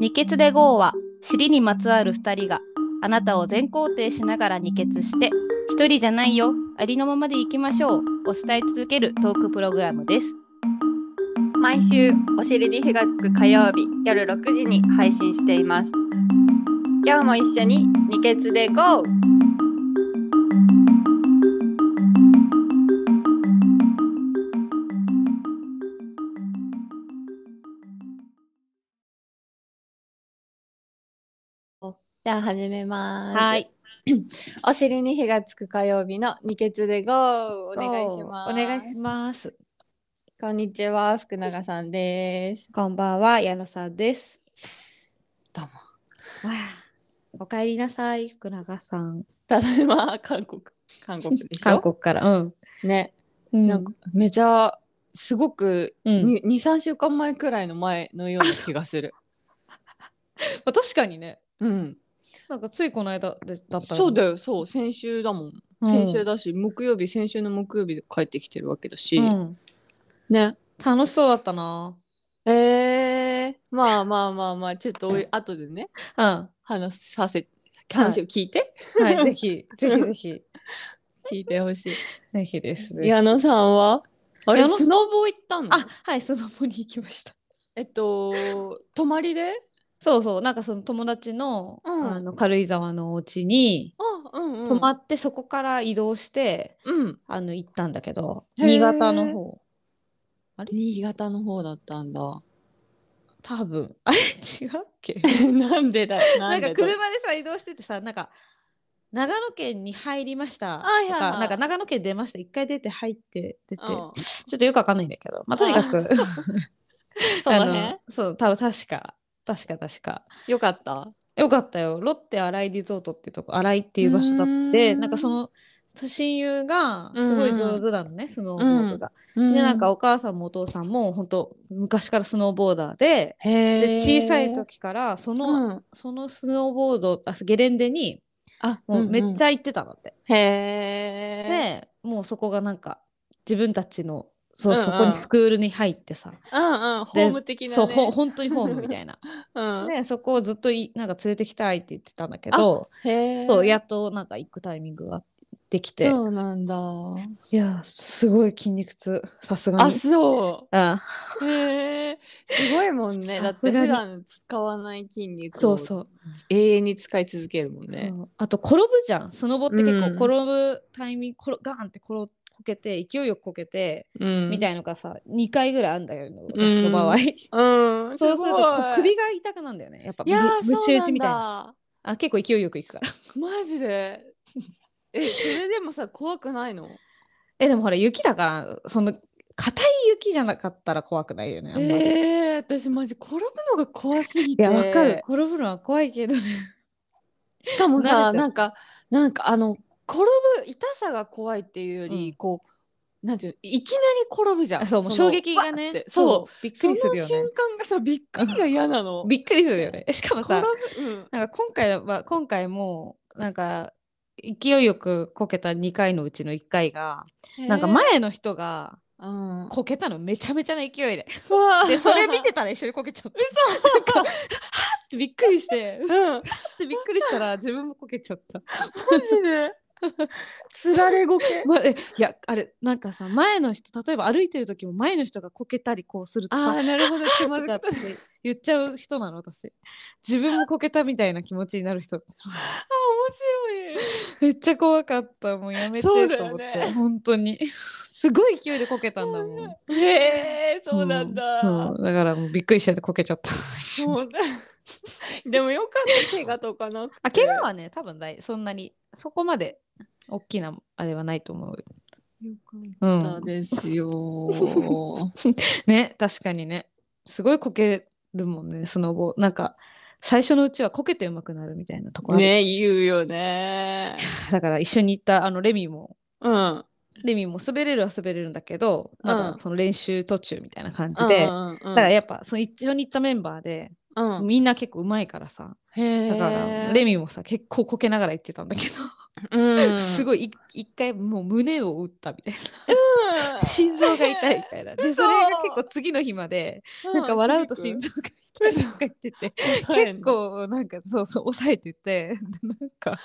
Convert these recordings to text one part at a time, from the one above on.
二血で GO は尻にまつわる2人があなたを全肯定しながら二血して一人じゃないよありのままでいきましょうを伝え続けるトークプログラムです毎週お尻に火がつく火曜日夜6時に配信しています今日も一緒に二血で GO! じゃあ始めます。はいお尻に火がつく火曜日の二血で GO! おお願いします。お願いしますこんにちは、福永さんです。こんばんは矢野さんですどうもわあおかえりなさい福永さん ただいま、韓国。韓国でしょ韓国からうんね、うんなんかめちゃ、すごく、うんに2、3週間前くらいの前のような気がする。まあ確かにね うん。なんかついこの間でだったそうだよ、よ、そう、先週だもん。うん先週だし、木曜日、先週の木曜日で帰ってきてるわけだし。うん、ね。楽しそうだったなえー、まあまあまあまあ、ちょっとおい後でね、うんは話させ、話を聞いて、いぜひぜひぜひ聞いてほしい。ぜひですね 矢野さんはあれ矢野スノボ行ったのあはいスノボに行きましたえっと泊まりで そうそうなんかその友達の,、うんあの軽井沢のお家にあうんうん泊まって、そこから移動してうんあの行ったんだけどへー新潟の方新潟の方だったんだ多分 あれ違うっけ なんでだ ななんかんでだ車でさ移動しててさなんか長野県に入りましたとか、はいはいはいなんか長野県出ました一回出て入って出て、うんちょっとよくわかんないんだけどまあとにかくそ のあ辺のそう多分確か確か確かよかったよかったよ。ロッテ新井リゾートっていうとこ、新井っていう場所だって、うーんなんかその親友がすごい上手なのね、スノーボードが。でで、なんかお母さんもお父さんも本当昔からスノーボーダーで、へでえ小さい時からその、うんそのスノーボード、あゲレンデにあもうめっちゃゃ行ってたのって。へえで、もうそこがなんか自分たちのそう、うんうんそこにスクールに入ってさ。うんうんホでーム的なねそうほ本当にホームみたいな。うんでそこをずっといなんか連れてきたいって言ってたんだけど、へえそうやっとなんか行くタイミングができてそうなんだいやすごい筋肉痛さすがあにそうあへえすごいもんね。ださっすてがに普段使わない筋肉をそうそう、永遠に使い続けるもんね。うんあと転ぶじゃんスノボって結うん構転ぶタイミング、転ガーンって転こけて勢いよくこけて、うん、みたいいのがさ2回ぐらいあるんだよ私の 場合、な。うん、そうすごるいとこう首が痛くなるんだよねやっぱいやーぶぶち打ちみたいそうななんだあ結構勢いよくいくからマジで。え、それでもさ、怖くないのえでもほら雪だからその硬い雪じゃなかったら怖くないよねあんまりえー、私マジ転ぶのが怖すぎいて。やわかる転ぶのは怖いけどねしかも慣れちゃさ、うなんか、なんかあの、転ぶ痛さが怖いっていうより、うんこう、なんていうのいきなり転ぶじゃん。そうもうの衝撃がわーっねてそう。うびっくそのりするよね瞬間がさびっくりが嫌なの。びっくりするよねえしかも転さぶうんなんか今回は今回もなんか勢いよくこけた2回のうちの1回がなんか前の人がへーうん、こけたのめちゃめちゃな勢い でうわーでそれ見てたら一緒にこけちゃってなんかはっってびっくりしてはっうん、マてびっくりしたら自分もこけちゃった、ジ で。つられごけ。ま、えいやあれなんかさ前の人例えば歩いてる時も前の人がこけたりこうするとさーなる ほど、気とかって言っちゃう人なの私自分もこけたみたいな気持ちになる人あ面白い。めっちゃ怖かったもうやめてとそ思うって、だよね本当にすごい勢いでこけたんだもんへえ、そうなんだ。うんそうだからもうびっくりしちゃってこけちゃったそうだ。でもよかった、怪我とかなく て。あ怪我はね多分ないそんなにそこまで大きなあれはないと思うよかうったんですよ。ね確かにねすごいこけるもんねスノボなんか最初のうちはこけてうまくなるみたいなところある、ね、言うよね。だから一緒に行ったあのレミもうん。レミも滑れるは滑れるんだけどまうだんその練習途中みたいな感じで、うんうんうんだからやっぱその一緒に行ったメンバーでうん。みんな結構うまいからさへだからレミもさ結構こけながら言ってたんだけうどん、すごい。ごいい一回もう胸を打ったみたいな心臓が痛いみたいな で嘘それが結構次の日までなんか笑うと心臓が痛いとか言って て結構なんかそうそう抑えててでなんか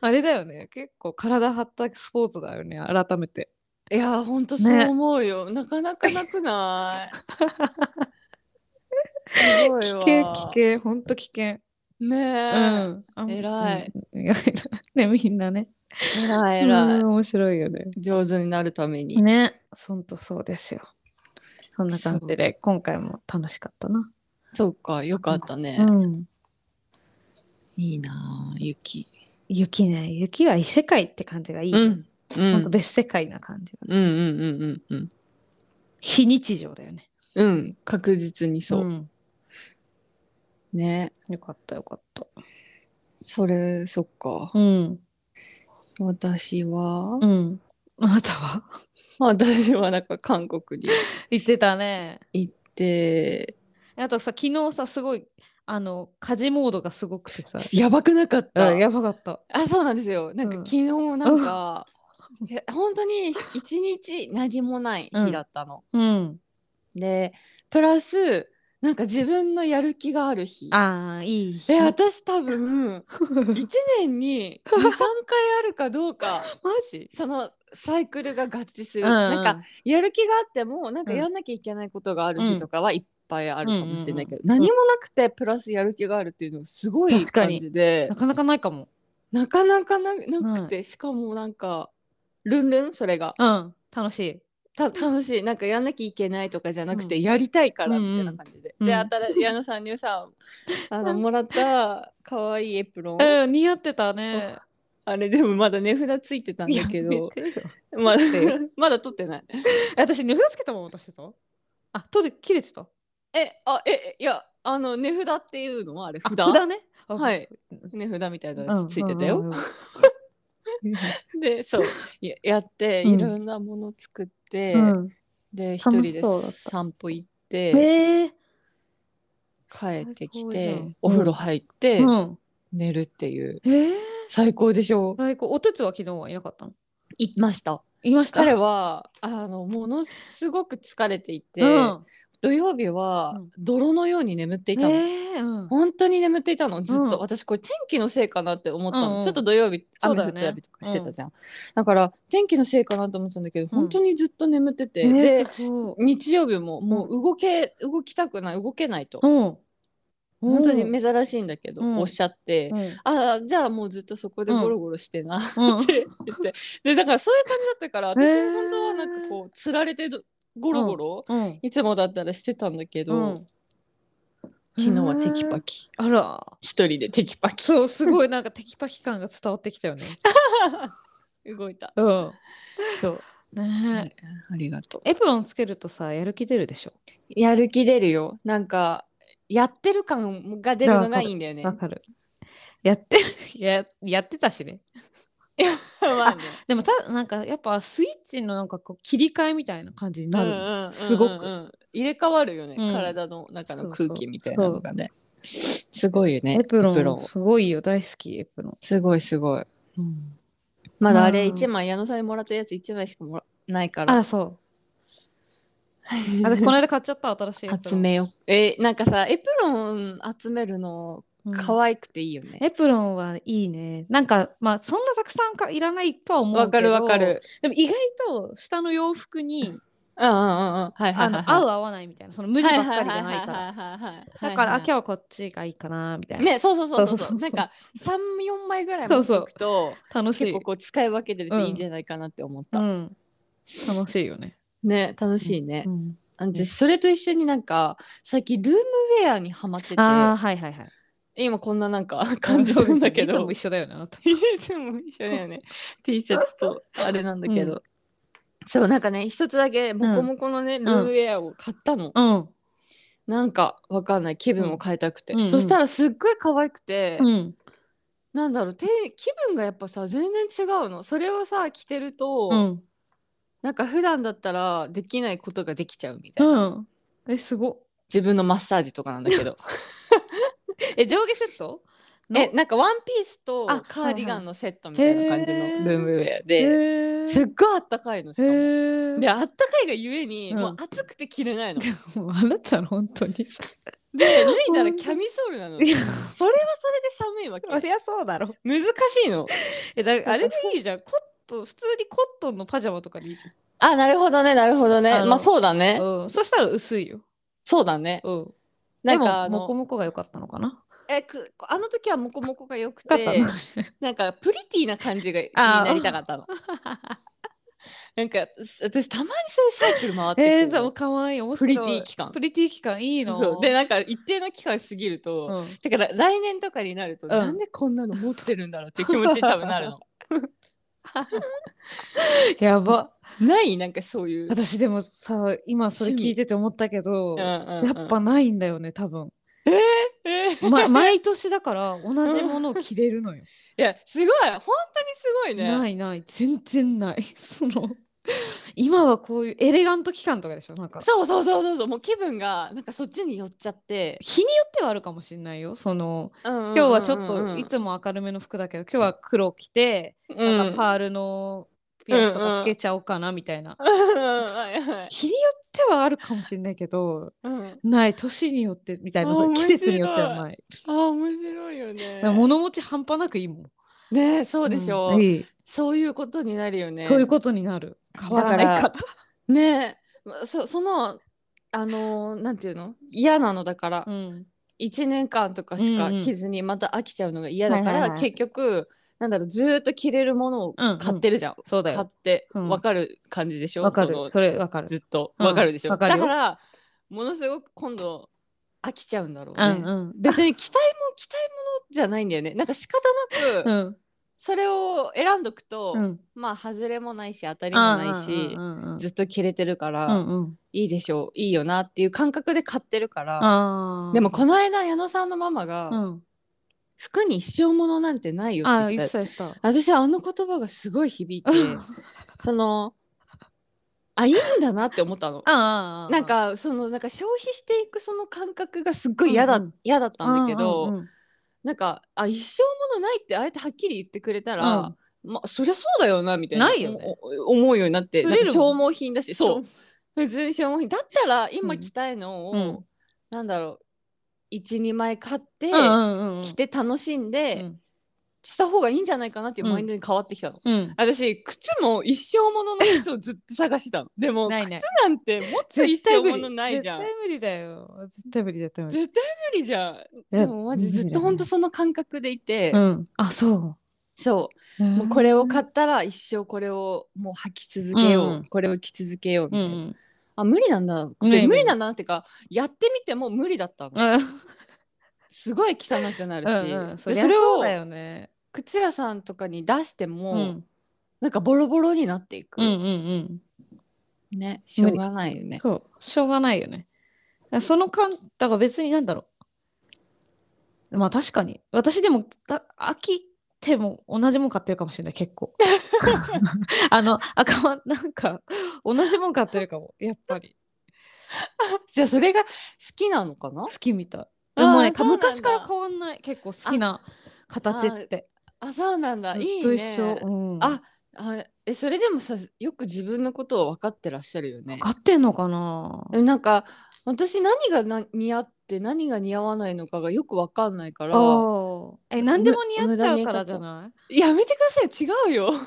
あれだよね結構体張ったスポーツだよね改めていやーほんとそう思うよ、なかなかなくない すごい危わ険危険ほんと危険ねうえ、んあん偉いうん偉いなねみんなねえらいえうらいん面白いよね上手になるために、ねそんとそうですよそんな感じで今回も楽しかったな、そうかよかったね、うんいいなあ雪雪ね雪は異世界って感じがいい、うんうほんんと別世界な感じがうんうんうんうんうん非日常だよねうん確実にそう、んねよかったよかったそれそっかうん私は、うんあなたは私はなんか韓国に言ってたね行ってあとさ昨日さすごいあの家事モードがすごくてさやばくなかったうんやばかったあそうなんですよなんかうん昨日なんか、いや本当に一日何もない日だったの。うんでプラスなんか自分のやる気がある日。ああいいえ日私多分1年に23回あるかど うかマジそのサイクルが合致すうる、なんかやる気があってもなんかやんなきゃいけないことがある日とかはいっぱいあるかもしれないけど、うんうんうん何もなくてプラスやる気があるっていうのがすごい確か感にじでなかなかないかもなかなかななくて、しかもなんかルンルンそれがうん楽しいた楽しいなんかやんなきゃいけないとかじゃなくて、うんやりたいからみたいな感じで、うんでうんあたら矢野さんにさ あのもらった可愛いエプロン、うん似合ってたねあれでもまだ値札ついてたんだけどやめてよまだて まだ取ってない私値札つけたまま出してたあ取で切れてたえあええいやあの値札っていうのはあれあ札札ねあはいうん値札みたいなうやんつついてたよ、うんうんうんでそうややってうんいろんなもの作って、 うんで一楽人しでそうだった散歩行って、へえ帰ってき最高じゃて、んお風呂入って、うん寝るっていうへえ最高でしょ最高お手つは昨日はいなかったのいましたいました彼はあのものすごく疲れていて、うん土曜日はうん泥のように眠っていたの、へえうん本当に眠っていたのずっと、うん私これ天気のせいかなって思ったの、うんうんちょっと土曜日そう雨だ降よっねたりとかしてたじゃんだ,、から天気のせいかなと思ってたんだけど、ん本当にずっと眠ってて、えでーすごい日曜日ももう動け、動きたくない動けないと、うん本当に珍しいんだけど、うんおっしゃって、うんあじゃあもうずっとそこでゴロゴロしてな、うん って言ってでだからそういう感じだったから私へーも本当はなんかこうつられてどゴロゴロ、うんいつもだったらしてたんだけど、うん昨日はテキパキあら一人でテキパキそうすごいなんかテキパキ感が伝わってきたよ ね動いたうんそう、ねありがとうえエプロンつけるとさやる気出るでしょやる気出るよなんかやってる感が出るのがいいんだよねわかるやって ややってたしね まあねでもたなんかやっぱスイッチのなんかこう切り替えみたいな感じになる、うんうんうんうんすごく入れ替わるよね、うん体の中のそうそう空気みたいなのがねすごいよねエプロンすごいよ大好きエプロン、すごいすごいうんまだあれうん1枚、矢野さんにもらったやつ1枚しかもらないかあ ららそう私この間買っちゃった新しいエプロン集めようえなんかさエプロン集めるのうん可愛くていいよねエプロンはいいねなんかまあそんなたくさんかいらないとは思うけどわかるわかるでも意外と下の洋服にうんうんうんうんはいはあいのはい合はう合わないみたいなその無い地はばいっはかいりじゃないからからだからあ今日日はこっちがいいかなみたいなねそうそうそうそそううそうそうなんか34枚ぐらいそ持うっそうとくと楽し結い構こう使い分けてるといいんじゃないかなって思っうた ん楽しいよねね楽しいねうんあ私それと一緒になんか最近ルームウェアにハマっててああはいはいはい今こんななんか感じなんだけどいつも一緒だよねあなた いつも一緒だよね T シャツとあれなんだけど、うそうなんかね一つだけモコモコのね、ルームウェアを買ったの、うんなんかわかんない気分を変えたくて、うんうんそしたらすっごい可愛くて、うんなんだろうて気分がやっぱさ全然違うのそれをさ着てると、うんなんか普段だったらできないことができちゃうみたいな、うんえすご自分のマッサージとかなんだけ どえ、上下セットのえなんかワンピースとあカーディガンのセットみたいな感じのはいはいルームウェアへでーすっごいあったかいのしかも。へーであったかいがゆえに、うんもう暑くて着れ ないの。でもうあなたの本当にさ。脱いだらキャミソールなの。そいれやはそれで寒いわ け。りゃそうだろ。難しいの。えだあれでいいじゃん。コットン普通にコットンのパジャマとかでいいじあなるほどねなるほどあね。のまあそうだねゃ。ん。うん。そしたら薄いよ。そうだね。うん。なんでかもあモコのモコが良かったのかな。えくあの時はモコモコが良く良かったてな。なんかプリティな感じがに あーなりたかったの。 なんか私たまにそういうサイクル回ってくえるー、のでも可愛い面プ白い。リティ期間プ。リティ期間いいその。うでなんか一定の期間過ぎると、うん、だから来年とかになると、んなんでこんなの持ってるんだろうっていう気持ちに多分な るの。やば。ないなんかそういう。私でもさ今それ趣味聞いてて思ったけど、うんうんうんやっぱないんだよね多分、えー ま、毎年だから同じものを着れるのよ。いやすごい本当にすごい ね。ないない全然ない その今はこういうエレガント期間とかでしょなんかそうそうそうそうそうもう気分がなんかそっちに寄っちゃって、日によってはあるかもしれないよその今今日はちょっといつも明るめの服だけど今日は黒着て、なんかパールのピアスとかつけちゃおうかなみたいな、日によってはあるかもしれないけどうん、ない年によってみたいなあその面季白い節によってはないあー面白いよねだから。物持ち半端なくいいもんねえそうでしょう、んいいそういうことになるよね。そういうことになる変わらないからだとねえまそそのあのーなんていうの嫌なのだから、うん1年間とかしか着ずにまた飽きちゃうのが嫌だはかいはら、いはい結局なんだろうずーっと着れるものを買ってるじゃん、そうだ買っよてうんわかる感じでしょ、わかそのるそれわかるずっとうんわかるでしょ、わかるだよからものすごく今度飽きちゃうんだろううね、んうん別に着たいもん着たいものじゃないんだよねなんか仕方なうくんそれを選んどくと、うんまあ外れもないし当たりもああないし、うんうんうんずっと着れてるから、うんうんいいでしょういいよなっていう感覚で買ってるから、ああでもこの間矢野さんのママが、うん服に一生ものなんてないよあっあて一言った切した私はあの言葉がすごい響 いてそのあいいんだなって思ったの。ああなんかそのなんか消費していくその感覚がすっごい嫌だ,、うんうん嫌だったんだけど、うんうんうんなんかあ一生ものないってあえてはっきり言ってくれたうらん、まあそりゃそうだよなみたいなないよねおお思うようになって作なんれるか消もん耗品だしそう普通に消耗品だったらう今ん着たいのを、うんなんだろう12枚買って、うんうんうんうん着て楽しんで、うんした方がいいんじゃないかなっていうマインドに変わってきたの。うん私靴も一生ものの靴をずっと探してたの。でもないない靴なんてもっと一生ものないじゃん。絶対無理だよ絶対無理絶対無理絶対無理じゃん。でもマジずっとほんとその感覚でいて、うんあそそううもうこれを買っったら一生これをもう履き続けよう、うんこれを着続けようみうたいな。んあ無理なんだって、ね無理なんだなっていうかやってみても無理だったの。うんすごい汚くなるし、うんうんでそりゃそれそうをだよね靴屋さんとかに出しても、うんなんかボロボロになっていく、うんうんねしょうがないようんね。そうしょうがないよねだからその感だから別になんだろうまあ確かに私でもだ飽きても同じもん買ってるかもしれない結 構あの赤まなんか同じもん買ってるかもやっぱりじゃあそれが好きなのかな好きみたいあでーもねかそうなんだ昔から変わんない結構好きな形ってあそうなんだずいっいとね一緒うん、ああえそれでもさよく自分のことを分かってらっしゃるよね買ってんのかなえなんか私何がな似合って何が似合わないのかがよく分かんないからああえ何でも似合っちゃう無駄にからじゃないやめてください違うよ 何で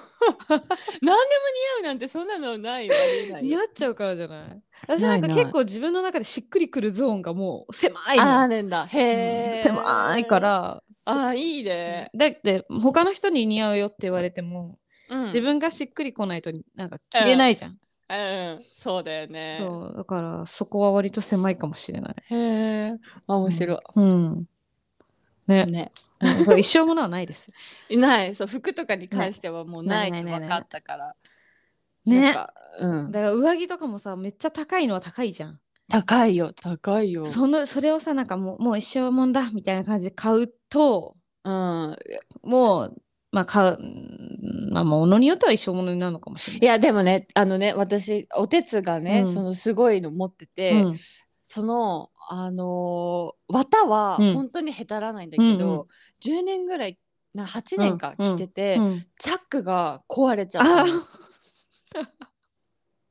も似合うなんてそんなのないよありえない似合よっちゃうからじゃない私なんなかいない結構自分の中でしっくりくるゾーンがもう狭いのあーるんだへうんえ、狭いからそあーいいね、だって他の人に似合うよって言われても、うん、自分がしっくりこないとなんか着れないじゃん、うんそうだよねそうだからそこは割と狭いかもしれないへえ面白い、うんねねうんこれ一生ものはないですよいないそう服とかに関してはもうないなといないない分ないかったからなんねかうんだから上着とかもさめっちゃ高いのは高いじゃん高いよ高いよそのそれをさなんかもうもう一生もんだみたいな感じで買うとうんもうまあ買ううんまあものによっては一生ものになるのかもしれいない。やでもねあのね私おてつがね、うんそのすごいの持ってて、うんそのあのー綿はうん本当にへたらないんだけど、10年ぐらいな8年かうんうん着てて、うんチャックが壊れちゃったあのー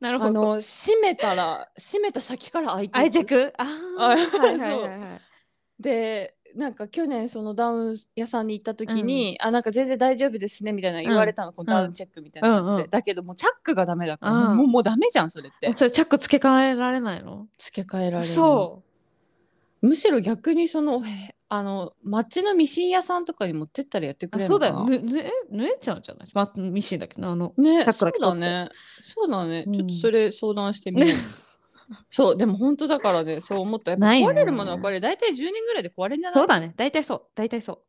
なるあほど。の閉めたら閉めた先から開いてる愛着ああ、あはいはいはいはい。でなんか去年そのダウン屋さんに行った時に、あなんか全然大丈夫ですねみたいな言われたの、このダウンチェックみたいな感じで、うんうんだけどもうチャックがダメだから、うんもうもうダメじゃんそれってえそれチャック付け替えられないの付け替えられるそうむしろ逆にそのへあの町のミシン屋さんとかに持ってったらやってう。くあれるそうのだかよ。なぬぬえ縫えちゃうんじゃないまミシンだけど、あの。さねくらそうきとだってねそうだね、うんちょっとそれ相談してみよう そうでも本当だからねそう思ったやっぱないね壊れるものはこれ大体10年ぐらいで壊れんじゃないそうだね。大体そう。大体そう。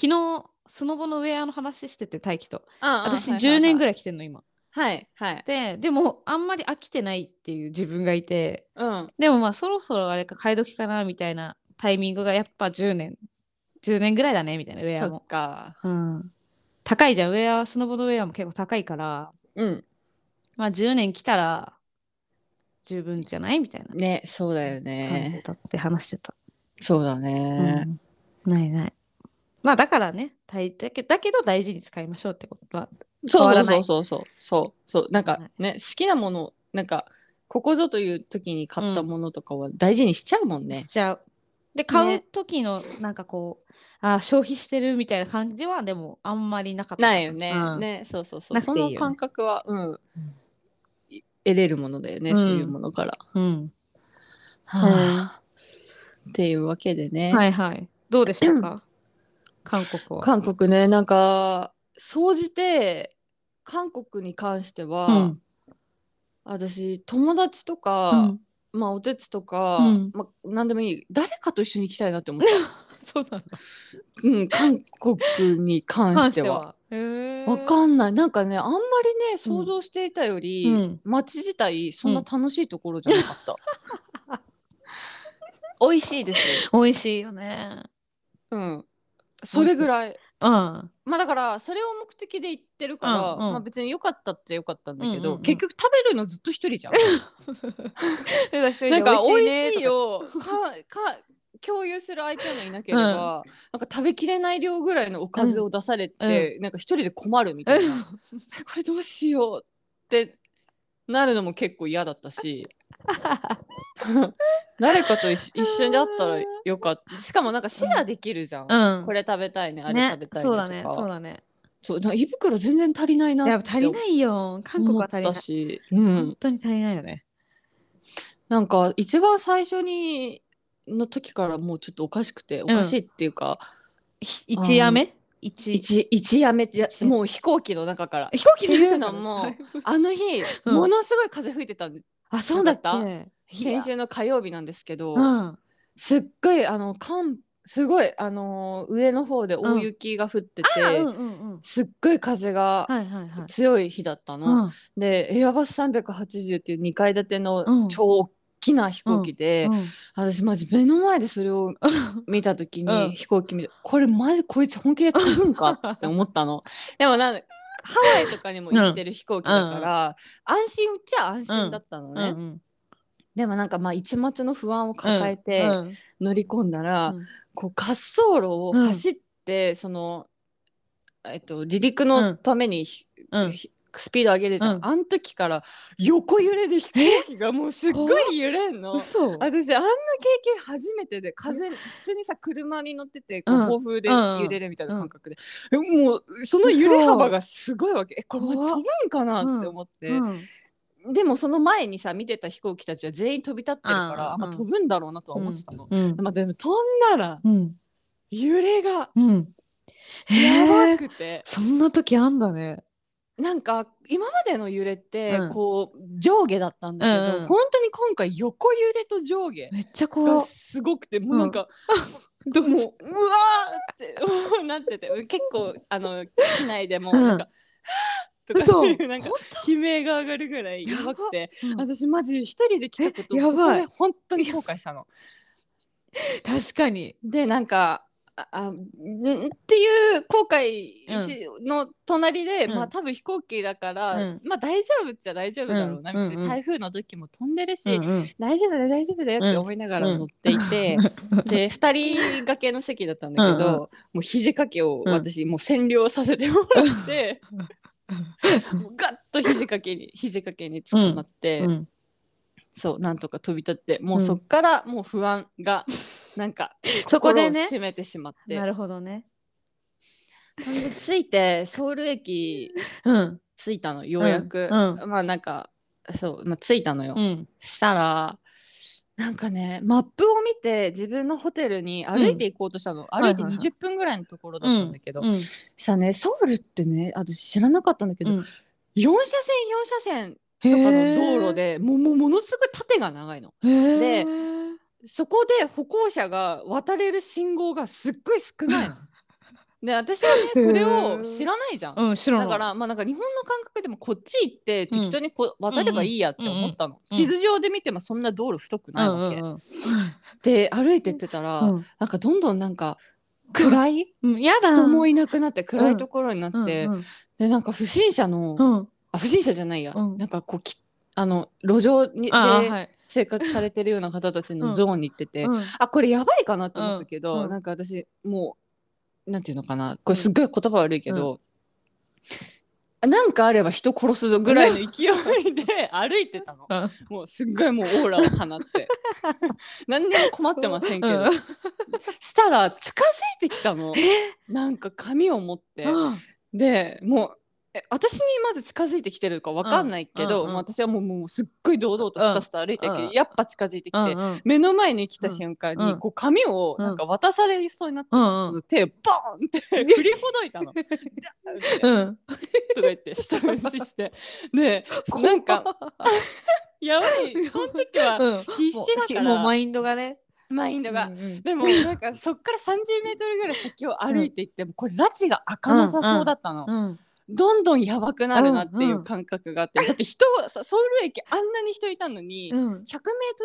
昨日、スノボのウェアの話してて、大輝と。ああ私、10年ぐらいらい着てんの、今。はいはい、で、でも、あんまり飽きてないっていう自分がいて、うんでもまあ、そろそろあれか、買い時かな、みたいなタイミングが、やっぱ10年、10年ぐらいだね、みたいな、ウェアそっも。かうん。高いじゃん、ウェア、スノボのウェアも結構高いから、うんまあ、10年来たら、十分じゃないみたいなねそうだよ感じねだって話してた。そうだね、うん、ないない。まあ、だからね、大だけだけど大事に使いましょうってことは変そわうらないそうそうそうそうそうなんかはね好きなものなんかここぞという時に買ったものとかは大事にしちゃうもんねし、ちゃう。で買う時のなんかこう、あ消費してるみたいな感じはでもあんまりなかったかないよね、うんねそうそうそうなくてそいいよのね感覚はうんい得れるものだよね、そういうものから、うんはあっていうわけでね、はいはいどうでした か韓国は韓国ねなんか総じて韓国に関しては、うん私友達とか、うん まあおてつとか、うんまあ何でもいい誰かと一緒に行きたいなって思ったそうなんだうん、韓国に関しては。関してはわんかんない。なんかね、あんまりね、想像していたより、うん街自体、そんな楽しいところじゃなかった。美味しいです。美味しいよねうん。それぐらい。うん まあだから、それを目的で行ってるから、うんうんまあ別に良かったっちゃ良かったんだけど、うんうんうん結局食べるのずっと一人じゃん。ななんか美味しいよ。か、か、共有する相手もいなければ、なんか食べきれない量ぐらいのおかずを出されて、なんか一人で困るみたいな。えこれどうしようってなるのも結構嫌だったし誰かと 一緒一緒だったらよかったしかもなんかシェアできるじゃん、うんこれ食べたいねあれね食べたいねそうだとねかそうだねそうなんか胃袋全然足りないないや足りないよ韓国は足り思なったいし、うん本、当に足りないよねなんか一番最初にの時からもうちょっとおかしくておかしいっていうか、ひ一夜目一一一やめて一もう飛行機の中 から飛行機でっていうのも あの日、うんものすごい風吹いてたんであそうだっなかけ先週の火曜日なんですけど、うんすっごいあの寒すごいあのー上の方で大雪が降ってて、あうんうんうんすっごい風がはいはいはい強い日だったうの。んでエアバス380っていう2階建てうのん超大きな飛行機で、うん私マジ目の前でそれを見た時に、うん飛行機見てこれマジこいつ本気で飛ぶんかって思っ たの。でもなんハワイとかにも行ってる飛行機だから、安心っちゃ安心だったのね、 うんでもなんかまあ一抹の不安をうん抱えて、うん乗り込んだら、うんこう滑走路を走って、その、えっと、離陸うのんためにひ、うんひスピード上げるじゃん、うんあの時から横揺れで飛行機がもうすっごい揺れんの。嘘私あんな経験初めてで風普通にさ車に乗っててこううん暴風でうん揺れるみたいな感覚で、えもうその揺れ幅がすごいわけえこれマジ怖っ飛ぶんかなって思って、うんでもその前にさ見てた飛行機たちは全員飛び立ってるから、うんあまあ、飛ぶんだろうなとは思ってたの、うんまあ、でも飛んだらうん揺れがうんやばへーくて、そんな時あんだねなんか今までの揺れってうんこう上下だったんだけど、うんうん本当に今回横揺れと上下めっちゃが怖すごくてもうなんか、 どもううわーってもう なってて結構あの機内でもうんなんか、はーと嘘 かいうなんか悲鳴が上がるぐらいやばくてうん私マジ一人で来たことえをやそこばいで本当に後悔したの。確かにでなんかああんっていう後悔しの隣で、うんまあ多分飛行機だから、うんまあ大丈夫っちゃ大丈夫だろうなみたいな、うんうんうん台風の時も飛んでるし、うんうん大丈夫だよ大丈夫だよって思いながら 乗っていて、で2人掛けの席だったんだけど、うんうんもう肘掛けをうん私もう占領させてもらって、もうガッと肘掛けに肘掛けにつかまって、うんそうなんとか飛び立ってもうそっからもう不安がなんかそこ心でをね締めてしまってなるほどね。ほんで着いてソウル駅うん。着いたのようやく、うんまあなんかそう、まあ、着いたのよ、うん。したらなんかねマップを見て自分のホテルに歩いて行こうとしたの、い歩はいいてはい20分ぐらいのところだったんだけど、うんしたらねソウルってね私知らなかったんだけど、うん4車線4車線とかの道路でもうもうものすごい縦が長いの。へーでへーそこで歩行者が渡れる信号がすっごい少 ないの。で私はねそれを知らないじゃん。うん、知らなだいからまあなんか日本の感覚でもこっち行って適当にこう渡ればいいやって思ったの、うん地図上で見てもそんな道路太くないわけ、うんで歩いてってたら、うんうんなんかどんどんなんか暗いうん。やだ。人もいいなくなって暗いところになって、うんでなんか不審者の、うんうん。あ不審者じゃないや、うんなんかこうきあの路上にああ、ではい。生活されてるような方たちうのんゾーンに行ってて、うんあこれやばいかなと思ったけど、うんうんなんか私もうなんていうのかなこれすっごい言葉悪いけど、あなんかあれば人殺すぞぐらいの勢い で歩いてたのうんもうすっごいもうオーラを放って 何にも困ってませんけど、うんしたら近づいてきたのなんか紙を持ってでもうえ私にまず近づいてきてるかわかんないけうど、んうんうんもう私はもうもうすっごい堂々とスタスタ歩いてきて、うんやっぱ近づいてきて、うんうん目の前に来た瞬間に、うんこう紙をなんか渡されそうになって、うんうんその手をボーンって振りほどい たの。ダーンってうん。とか言って下打ちしてでなんかやばいその 時はうん必死だからもうマインドがね。マインドが。うんうんでもなんかそっから30メートルぐらい先を歩いていってもこれ拉致が開かなさそうだったの、うんどんどんやばくなるなっていんううん感覚があって、だって人はさソウル駅あんなに人いたのに、100メーうん。トル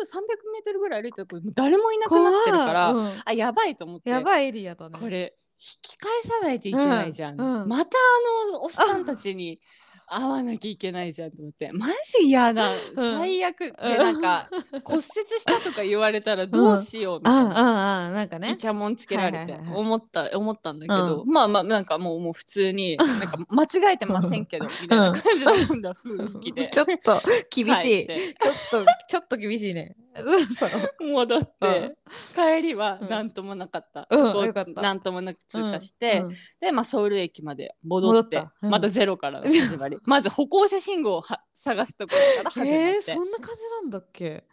300メートルぐらい歩いてるとこれ誰もいなくなってるから、怖いうんあやばいと思ってやばいエリアだね。これ引き返さないといけないじゃん、うんうんまたあのおっさんたちに会わなきゃいけないじゃんと思って マジ嫌だ、最悪うでんなん か骨折したとか言われたらどうしようあみたいあな。ああなんかねイ。チャモンつけられてはいはいはいはい思った思ったんだけど、まあまあなんかもうもう普 通になんか間違えてませんけどみたいな感じだったんだ雰囲気で ちょっと厳し帰っい。てちょっとちょっと厳しいね。そう戻って、帰りはうんなんともなかった、うんそこよかったなんともなく通過して、うんで、まあ、ソウル駅まで戻って戻ったうんまたゼロからの 始まりまず歩行者信号をは探すところから始まって、えーそんな感じなんだっけ。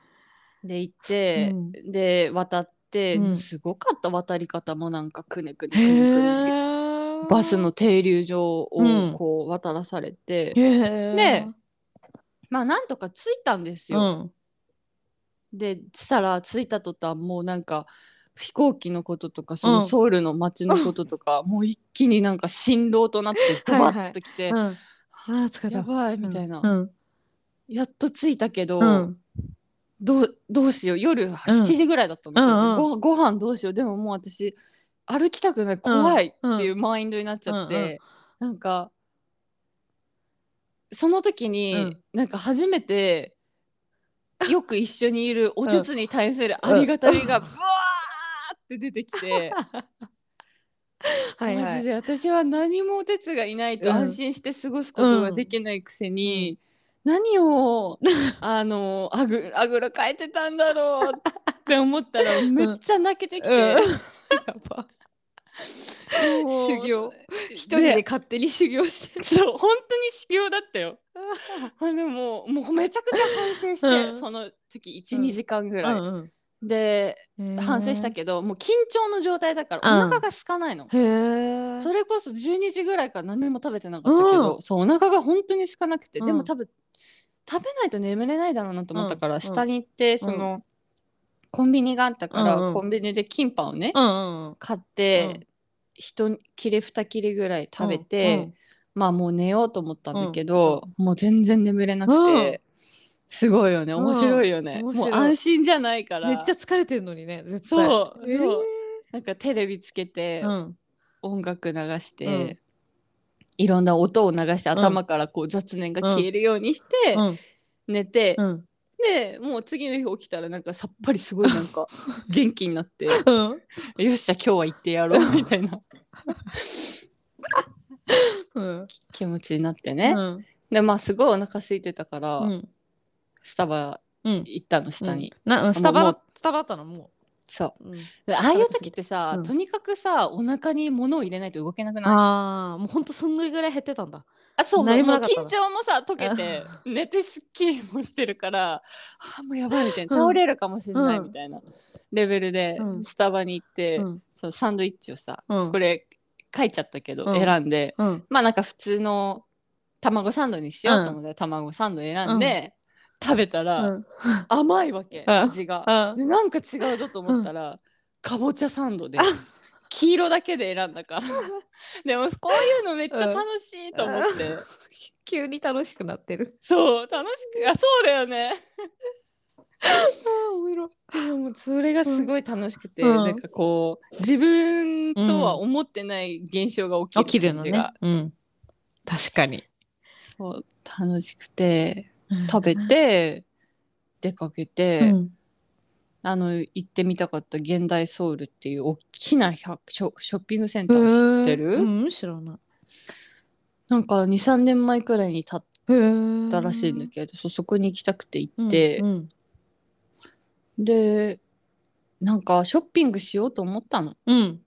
で行って、うんで渡って、うんすごかった渡り方もなんかくねくねくねくねへえ。バスの停留場うをんこう渡らされて、へえ。ねまあなんとか着いたんですうよ。ん。でしたら着いた途端もうなんか飛行機のこととかそうのんソウルの街のこととか、もう一気になんか振動となってドバッと来て、うん。ああ疲れた。やばいみたいな、うん。やっと着いたけど、うん。どうどうしよう夜7時ぐらいだったんですよ、うんうんごご飯どうしようでももう私歩きたくない怖いっていうマインドになっちゃって、うんうんなんかその時に、うんなんか初めてよく一緒にいるお手つに対するありがたみがブワーって出てきて、はいはマジい。で私は何もお手つがいないとうん安心して過ごすことができないくせに、何をあのあぐあぐらかいてたんだろうって思ったらめっちゃ泣けてきて、うんやばもう修行で 一人で勝手に修行してる。そう本当に修行だったよあれもうもうめちゃくちゃ反省して、うんその時う12、ん2時間ぐらい、うんでうん反省したけどもう緊張の状態だからうんお腹が空かないの、へえ。それこそ12時ぐらいから何も食べてなかったけど、うそうお腹が本当に空かなくて、でうもん多分食べないと眠れないだろうなと思ったから、うん下に行ってその、コンビニがあったから、うんうんコンビニでキンパをね、うんうんうん。買っうてん一切れ二切れぐらい食べて、まあもう寝ようと思ったんだけど、もう全然眠れなくて、すごいよね面白いよね、うん面も白うい安心じゃないかうん、らめっちゃ疲れてるのにね絶対そう、えーそうなんかテレビつけてう、ん音楽流して、うんいろんな音を流してん頭からこう雑念が消えるようにして、うん寝て、うんでもう次の日起きたらなんかさっぱりすごいなん か元気になってようんっしゃ今日は行ってやろうみたいなうん気持ちになってね、うんでまあすごいお腹空いてたから、うんスタバうん行ったの下に、うんなスタバもうだスタバだったのも、そううんうでああいう時ってさ、うんとにかくさお腹に物を入れないと動けなくないああもうほんとそんぐらい減ってたんだあそう何ももうなかった緊張もさ解けて寝てすっきりもしてるからあもうやばいみたいな倒れるかもしれないうんみたいなレベルでうんスタバに行って、うんそのサンドイッチをさうんこれ書いちゃったけどうん選んで、うんまあなんか普通の卵サンドにしようと思ったら卵サンド選んで、食べたうらん甘いわけ、うん味が。あでなんか違うぞと思ったら、かぼちゃサンドで黄色だけで選 んだからでもこういうのめっちゃ楽しいと思って、うん急に楽しくなってるそう楽しくあそうだよ ねあおいろでもそれがすごい楽しくて、うんなんかこう自分とは思ってない現象が起起ききるるの感じねが、うん確かにそう楽しくて食べて出かけて、うんあの行ってみたかった現代ソウルっていう大きな百ショショッピングセンター知ってる、へーうん知らないなんか23年前くらいに建っへーたらしいんだけど、そうそこに行きたくて行って、うんうんでなんかショッピングしようと思ったの、うん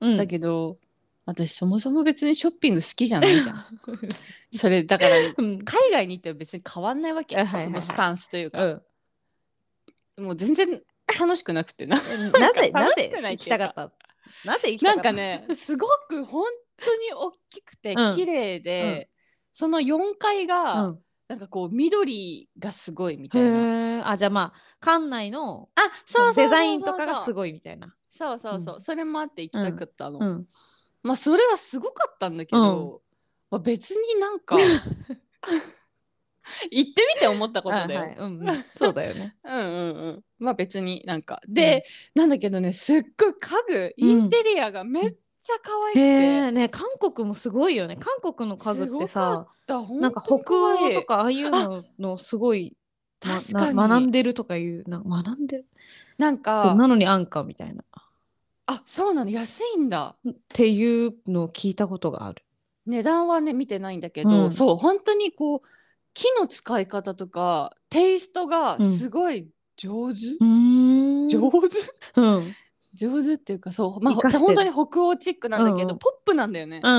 うんだけど私そもそも別にショッピング好きじゃないじ ゃんそれだからうん海外に行っても別に変わんないわけ、あはいはいはいそのスタンスといううか、んもう全然楽しくなく てななぜ、な楽ぜしくない行っきていうかたかったなぜ行きたなかったんかねすごく本当に大きくてうん綺麗で、うその4階が、うんなんかこう緑がすごいみたいな。へえあじゃあまあ館内のあそうそうそうそうデザインとかがすごいみたいなそうそうそう、うんそれもあって行きたくったの、うんまあそれはすごかったんだけど、まあ、別にな んか行ってみて思ったことだよ、あはいうんうんそうだよねうんうんうんまあ別になんかで、なんだけどねすっごい家具インテリアがめっちゃ可愛くへて、えね韓国もすごいよね韓国の家具ってさだほなんかとに北可欧愛いとかああいうののすごいま確かになな学んでるとかいうな学んでるんかなのに安価みたいなあそうなの安いんだっていうのを聞いたことがある値段はね見てないんだけど、うんそう本当にこう木の使い方とかテイストがすごい上手、うーん上手うんうん上手っていうかそうまあ活かしてる本当に北欧チックなんだけど、うんうんポップなんだよね、うんう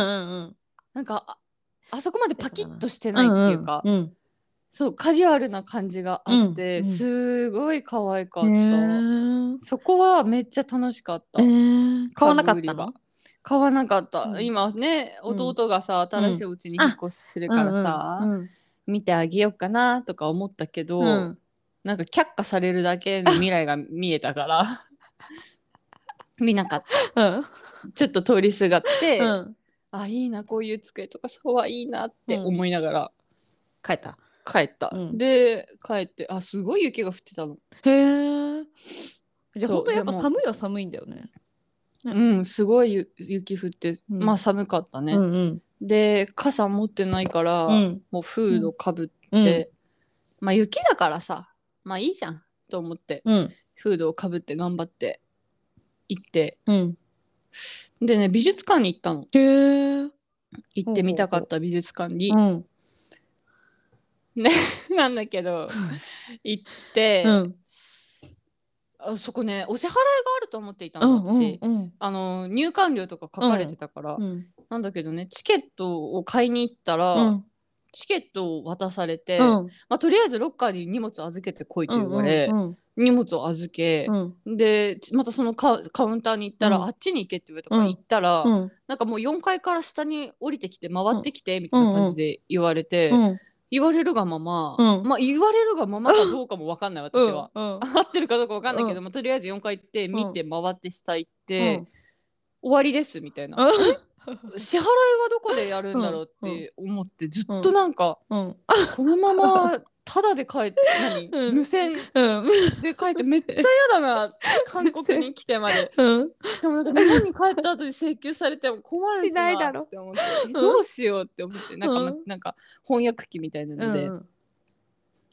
んなんかああそこまでパキッとしてないっていうか、うんうんそうカジュアルな感じがあって、うんうんすごい可愛かっへた、ーそこはめっちゃ楽しかった、えー買わなかっ家具た売り場の買わなかった、うん今ねうん弟がさ新しいお家に引っ越しするからさ、うんうん見てあげようかなとか思ったけど、うんなんか却下されるだけの未来が見えたから 見なかったうんちょっと通りすがって、うんあいいなこういう机とかそうはいいなって思いながら書いた帰った、うんで帰ってあすごい雪が降ってたのへえじゃあそう本当やっぱでも寒いは寒いんだよねうんすごいゆ雪降って、うんまあ寒かったね、うんうんで傘持ってないから、うんもうフードかぶって、うんまあ雪だからさまあいいじゃんと思ってうんフードをかぶって頑張って行ってうんでね美術館に行ったのへえ行ってみたかった美術館に、うん なんだけど行って、うんあそこねお支払いがあると思っていたうのん私、うんあの入館料とか書かれてたから、うんなんだけどねチケットを買いに行ったら、うんチケットを渡されて、うんまあ、とりあえずロッカーに荷物預けてこいと言われ、うん荷物を預けう、んでちまたそのカカウンターに行ったら、うんあっちに行けって言われたから行ったら、うんうんなんかもう4階から下に降りてきて回ってきてみたいな感じで言われて、うん言われるがまま、うんまあ言われるがままかどうかも分かんない私は、 うん合ってるかどうか分かんないけど、うまあとりあえず4回行ってん見て回って下行っうて、ん終わりですみたいな、支払いはどこでやるんだろうって思って、ずっとなんか、うんこのままただで帰って何、うん無線うん。で帰ってめっちゃ嫌だな韓国に来てまでうん。しかもなんか日本に帰った後に請求されても困るしなしないだろって思ってえ どうしようって思ってなんか,、まうんなんか翻訳機みたいなうので、ん。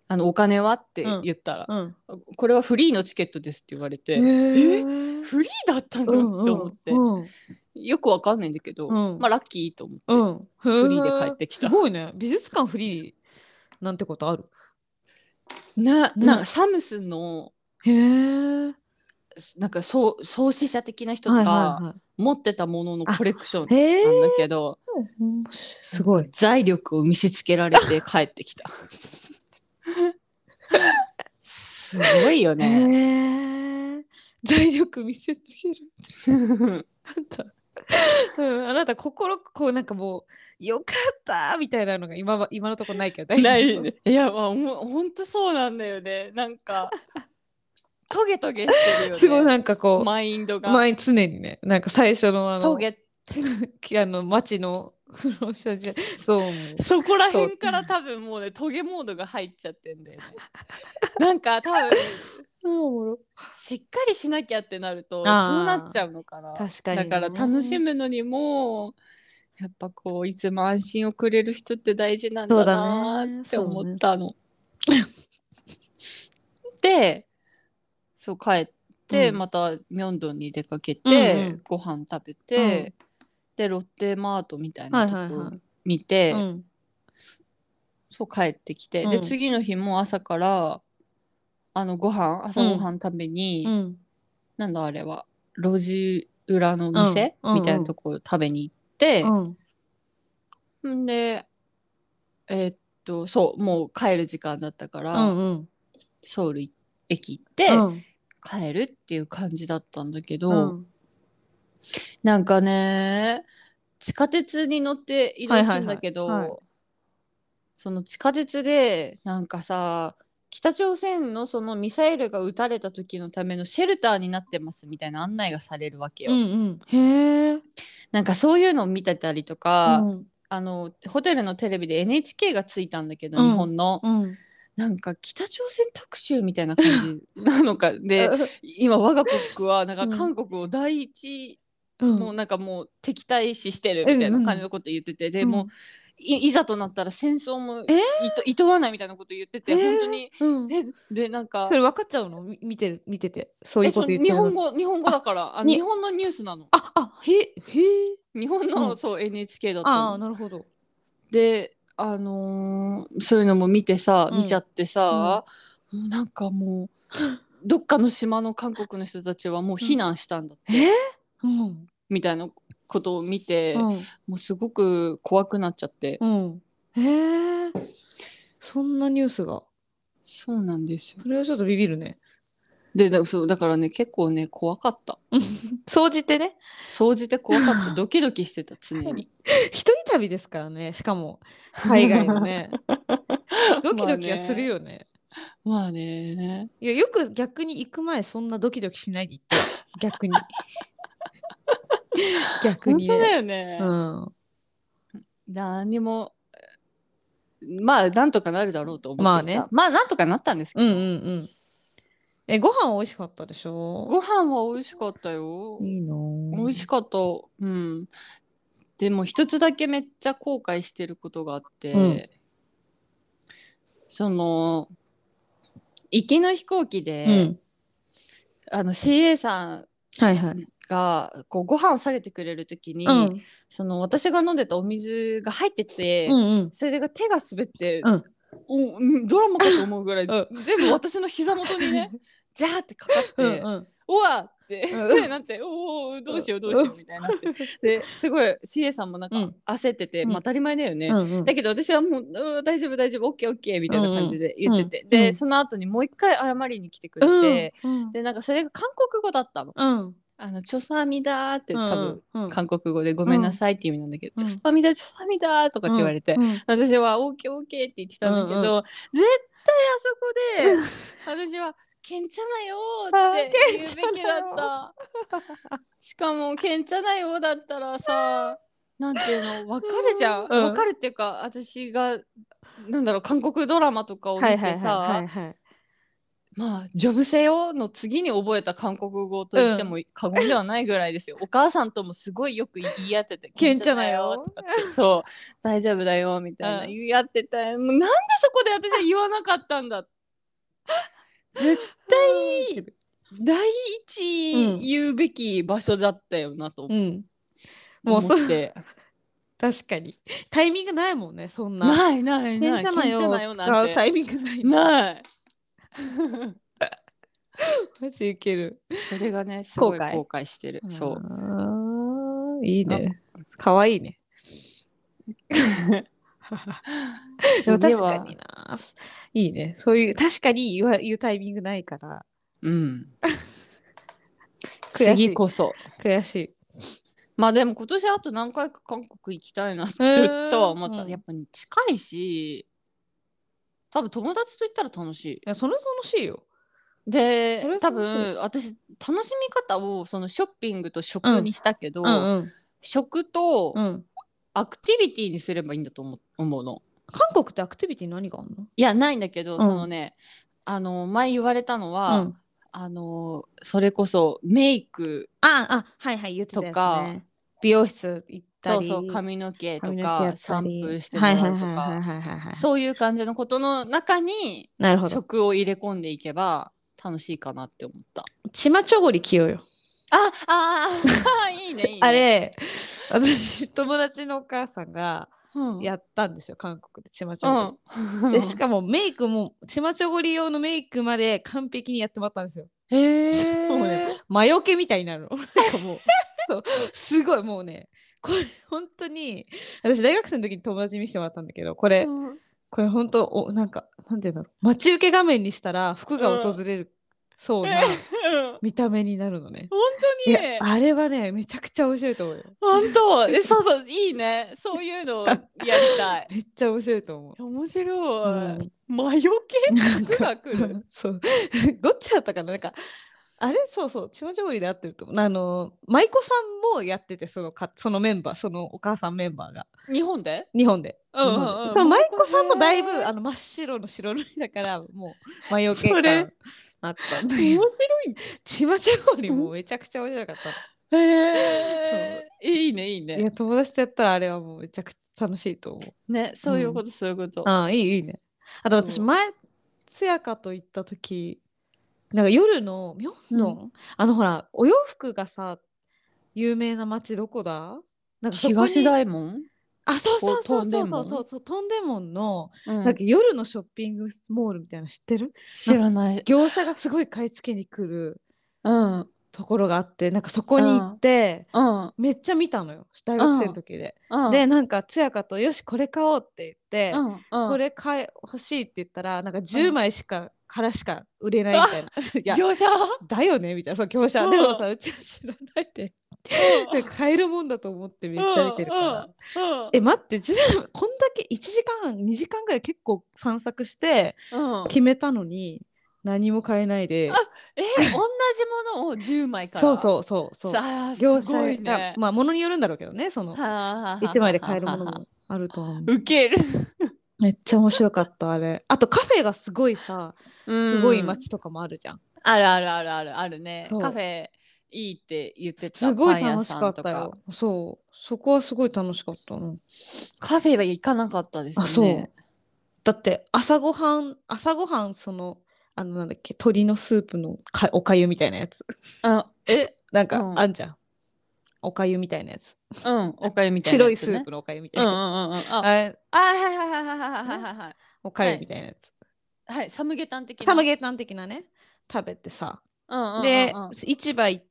あの「お金は?」って言ったら、うん。これはフリーのチケットです」って言われて、えフリーだったんだって思って、うん。よくわかんないんだけど、うんまあラッキーと思って、うん。フフリーで帰ってきたす。ごいね。美術館フリーなんてことあるなねなんかサムスンのへえ。なんか創創始者的な人はいがは持ってたもののコレクションいはい。へなんえ。だけど、すごい。財力を見せつけられて帰ってきた。すごいよへね。え。財力見せつける。うん、あなた心こうなんかもうよかったみたいなのが今は今のところないけど大丈夫 ないね。いや、まあ、本当そうなんだよね。なんか、トゲトゲしてるよね。すごいなんかこマインドうが。前常にねなんか最初のあトのゲ。あの町の不老者じゃそう思うそこら辺から多分もうね、トゲモードが入っちゃってんだよね。なんか多分、あおもろしっかりしなきゃってなると、そうあーなっちゃうのかな。確かに、だから楽しむのにもやっぱこういつも安心をくれる人って大事なんだそなうだねーって思ったの。でそう帰って、うんまたミョンドンに出かけて、うんうんご飯食べて、でロッテマートみたいはないとはいころはい、見て、うん、そう帰ってきて、うでん次の日も朝からあのご飯朝ご飯食べに、うんなんだあれは路地裏の店、うんみたいなとこ食べに行ってう、んんでえーっとそうもう帰る時間だったかうら、んうんソウル駅行ってうん帰るっていう感じだったんだけど、うんなんかね地下鉄に乗って移動するんだけど、はいはいはいはその地下鉄でなんかさ北朝鮮のそのミサイルが撃たれた時のためのシェルターになってますみたいな案内がされるわけよ。うんへえなんかそういうのを見てたりとうか、んあのホテルのテレビで NHK がついたんだけど、うん日本の、うんなんか北朝鮮特集みたいな感じなのかで今我が国はなんうんか韓国を第一、うんもうなんかもう敵対視してるみたいな感じのこと言ってて、でもういいざとなったら戦争もいえーといとわないみたいなこと言ってて、えー本当にうん、うん、えでなんかそれ分かっちゃうのみ見てる見ててそういえうこそとの言ってる日本の語日本語だからあに日本のニュースなのああへへ日本の、うんそう NHK だったああのなるほどであのーそういうのも見てさうん見ちゃってさ、もうなんかもう どっかの島の韓国の人たちはもう避難したんだ、えうんみたいなことを見て、うんもうすごく怖くなっちゃって、うん。へえ。そんなニュースが。そうなんですよそれはちょっとビビるね。でだそうだからね結構ね怖かった総じてね。総じて 怖かったドキドキしてた常に一人旅ですからね。しかも、海外の ね。ドキドキはするよよね。まあねいや、よく逆に行く前、そんなドキドキしないで行って。逆に。 逆本に、当だね。よね、うん。何にもまあなんとかなるだろうと思ってまあねたまあなんとかなったんですけうど、んうんうん。え、ご飯美味しかったでしょご飯は美味しかったよ。いいな美味しかかった。うん。でも一つだけめっちゃ後悔してることがあって、うんその行きの飛行機で、うん。あの CA さんはいはい。がこうご飯を下げてくれるときに、うん。その私が飲んでたお水が入ってて、うんうん。それが手が滑って、うんおうんドラマかと思うぐらい、うん全部私の膝元にねジャーってかかっうて、んうん。うわーって、うんねなっておおどうしようどうしようみたいになってですごい CA さんもなんうかん焦ってて、うんまあ当たり前だよね、うんうんだけど私はもううん大丈夫大丈夫オッケーオッケーみたいな感じで言ってて、うんうでんその後にもう一回謝りに来てくれて、うんでなんかそれが韓国語だったのうん。 「あのチョサミだ」って多分、うんうん、韓国語で「ごめんなさい」って意味なんだけど「うんチョサミだチョサミだ」とかって言われて、うんうん私は「オーケーオーケー」って言ってたんだけど、うん絶対あそこで私は「けんちゃなよ」って言うべきだった。しかも「けんちゃなよ」だったらさなんていうの分かるじゃん、うん分かるっていうか私がなんだろう韓国ドラマとかを見はいはていさ、はいはいはい。まあ「ジョブせよ」の次に覚えた韓国語と言っても過言ではないぐらいですよ、お母さんともすごいよく言い合ってて「ケケンンチチャャだだよよ」とかってそう「大丈夫だよ」みたいなうん言い合ってたよもうなんでそこで私は言わなかったんだ絶対第うん一言うべき場所だったよなとう思ん。もうそうって、確かに。タイミングないもんね、そんな。ないないケなンいチャなケンチャなよよをな使んうタてイミングない。ないマジいける。それがねすごい後後悔悔してるそうう。いいね。かわいい ね。でも次確はかにな。いいね。そういう、確かに言わ言うタイミングないから、うん。悔しい次こそ。悔しい。まあでも今年あと何回か韓国行きたいなとーとは思った。うんやっぱり近いし、多分友達と行ったら楽しいや、その楽しいよ。い。それはで、多楽分私、楽しみ方をそのショッピングと食にしたけど、うん食とうん。うん。アクティビティにすればいいんだと思う思うの。韓国ってアクティビティ何があるのいや、ないんだけど、うんそのね、あの、前言われたのは、うん。あの、それこそメイクああ、はいはい、言ってたやつとかね。美容室行ったそうり。そう髪の毛と髪の毛やったかりシャンプーしてもらうとはいはいかはいはいはいはい。そういう感じのことの中になるほど。食を入れ込んでいけば楽しいかなって思った。チマチョゴリ着ようよ。ああ あいいねいいね。あ、れ、私、友達のお母さんがうん、やったんですよ、韓国でチマチうョゴリ。ん、でしかもメイクもちまちょごり用のメイクまで完璧にやってもらったんですよ。へえ。そうね魔除けみたいになるの。なんかもうそうすごいもうねこれ本当に私大学生の時に友達に見せてもらったんだけどこれうんこれ本当おなんかなんていうんだろう待ち受け画面にしたら服が訪れるそうなうん見た目になるのね。本い当にやあれはねめちゃくちゃ面白いと思うよ。本当えそうそういいねそういうのをやりたい。めっちゃ面白いと思う。面白うんい。魔除なんけか服が来る。 そうどっちだったかななんかあれそうそう千葉上りで合ってると思うあの舞妓さんもやっててそのかそのメンバーそのお母さんメンバーが日本で？日本で,、うんうんうん。その舞妓さんもだいぶへーあの真っ白の白塗りだからもう魔除けそれ感あったんだけ面ど白いね千葉上りもめちゃくちゃ面白かったへえいいねいいいねや友達とやったらあれはもうめちゃくちゃ楽しいと思うねそういうこと、そういうことああいいいいねあと私そう前つやかと行った時なんか夜のミョンドン、あのほらお洋服がさ有名な町どこだなんかそこに東大門、あそうそうそうおトンそデうモそうンそうそうトンデモンの、うんなんか夜のショッピングモールみたいなの知ってる知らない業者がすごい買い付けに来るうんうんところがあってなんかそこに行って、うんめっちゃ見たのよ大学生の時で、うんでなんかつやかと「よしこれ買おう」って言って、うんうんこれ買え欲しいって言ったらなんか10枚しか、からしか売れないみたいな。いや業者だよねみたいなそう業者うんでもさうちは知らないでなんか買えるもんだと思ってめっちゃ見てるから。うんえ待って10こんだけ1時間2時間ぐらい結構散策してうん決めたのに何も買えないであえ同じものを10枚 からそうそうそうそうさあす業者が、ごいねまあものによるんだろうけどねその1 1枚で買えるものもあるとは思うウケるめっちゃ面白かったあれあとカフェがすごいさすすごい街とかもあるじゃんあるあるあるあるあるねそうカフェいいって言ってたすごパいン屋楽しさんかっとたよ。そう。そこはすごい楽しかったな。カフェは行かなかったですよあ、ねそう。だって朝ごはん、朝ごはん、その、あの、なんだっけ、鶏のスープのかおかゆみたいなやつ。あえ なんか、うんあんじゃん。おかゆみたいなやつ。うん、おかゆみたいな白やいつスねープのおかゆみたういんうなんうんやつ。うん。あ、あれあはいはいはいはいはいはいはいはい。おかゆみたいなやつ。はい、サムゲタン的な。サムゲータン的なね、食べてさ。うんうんうんうん。で、市場行って、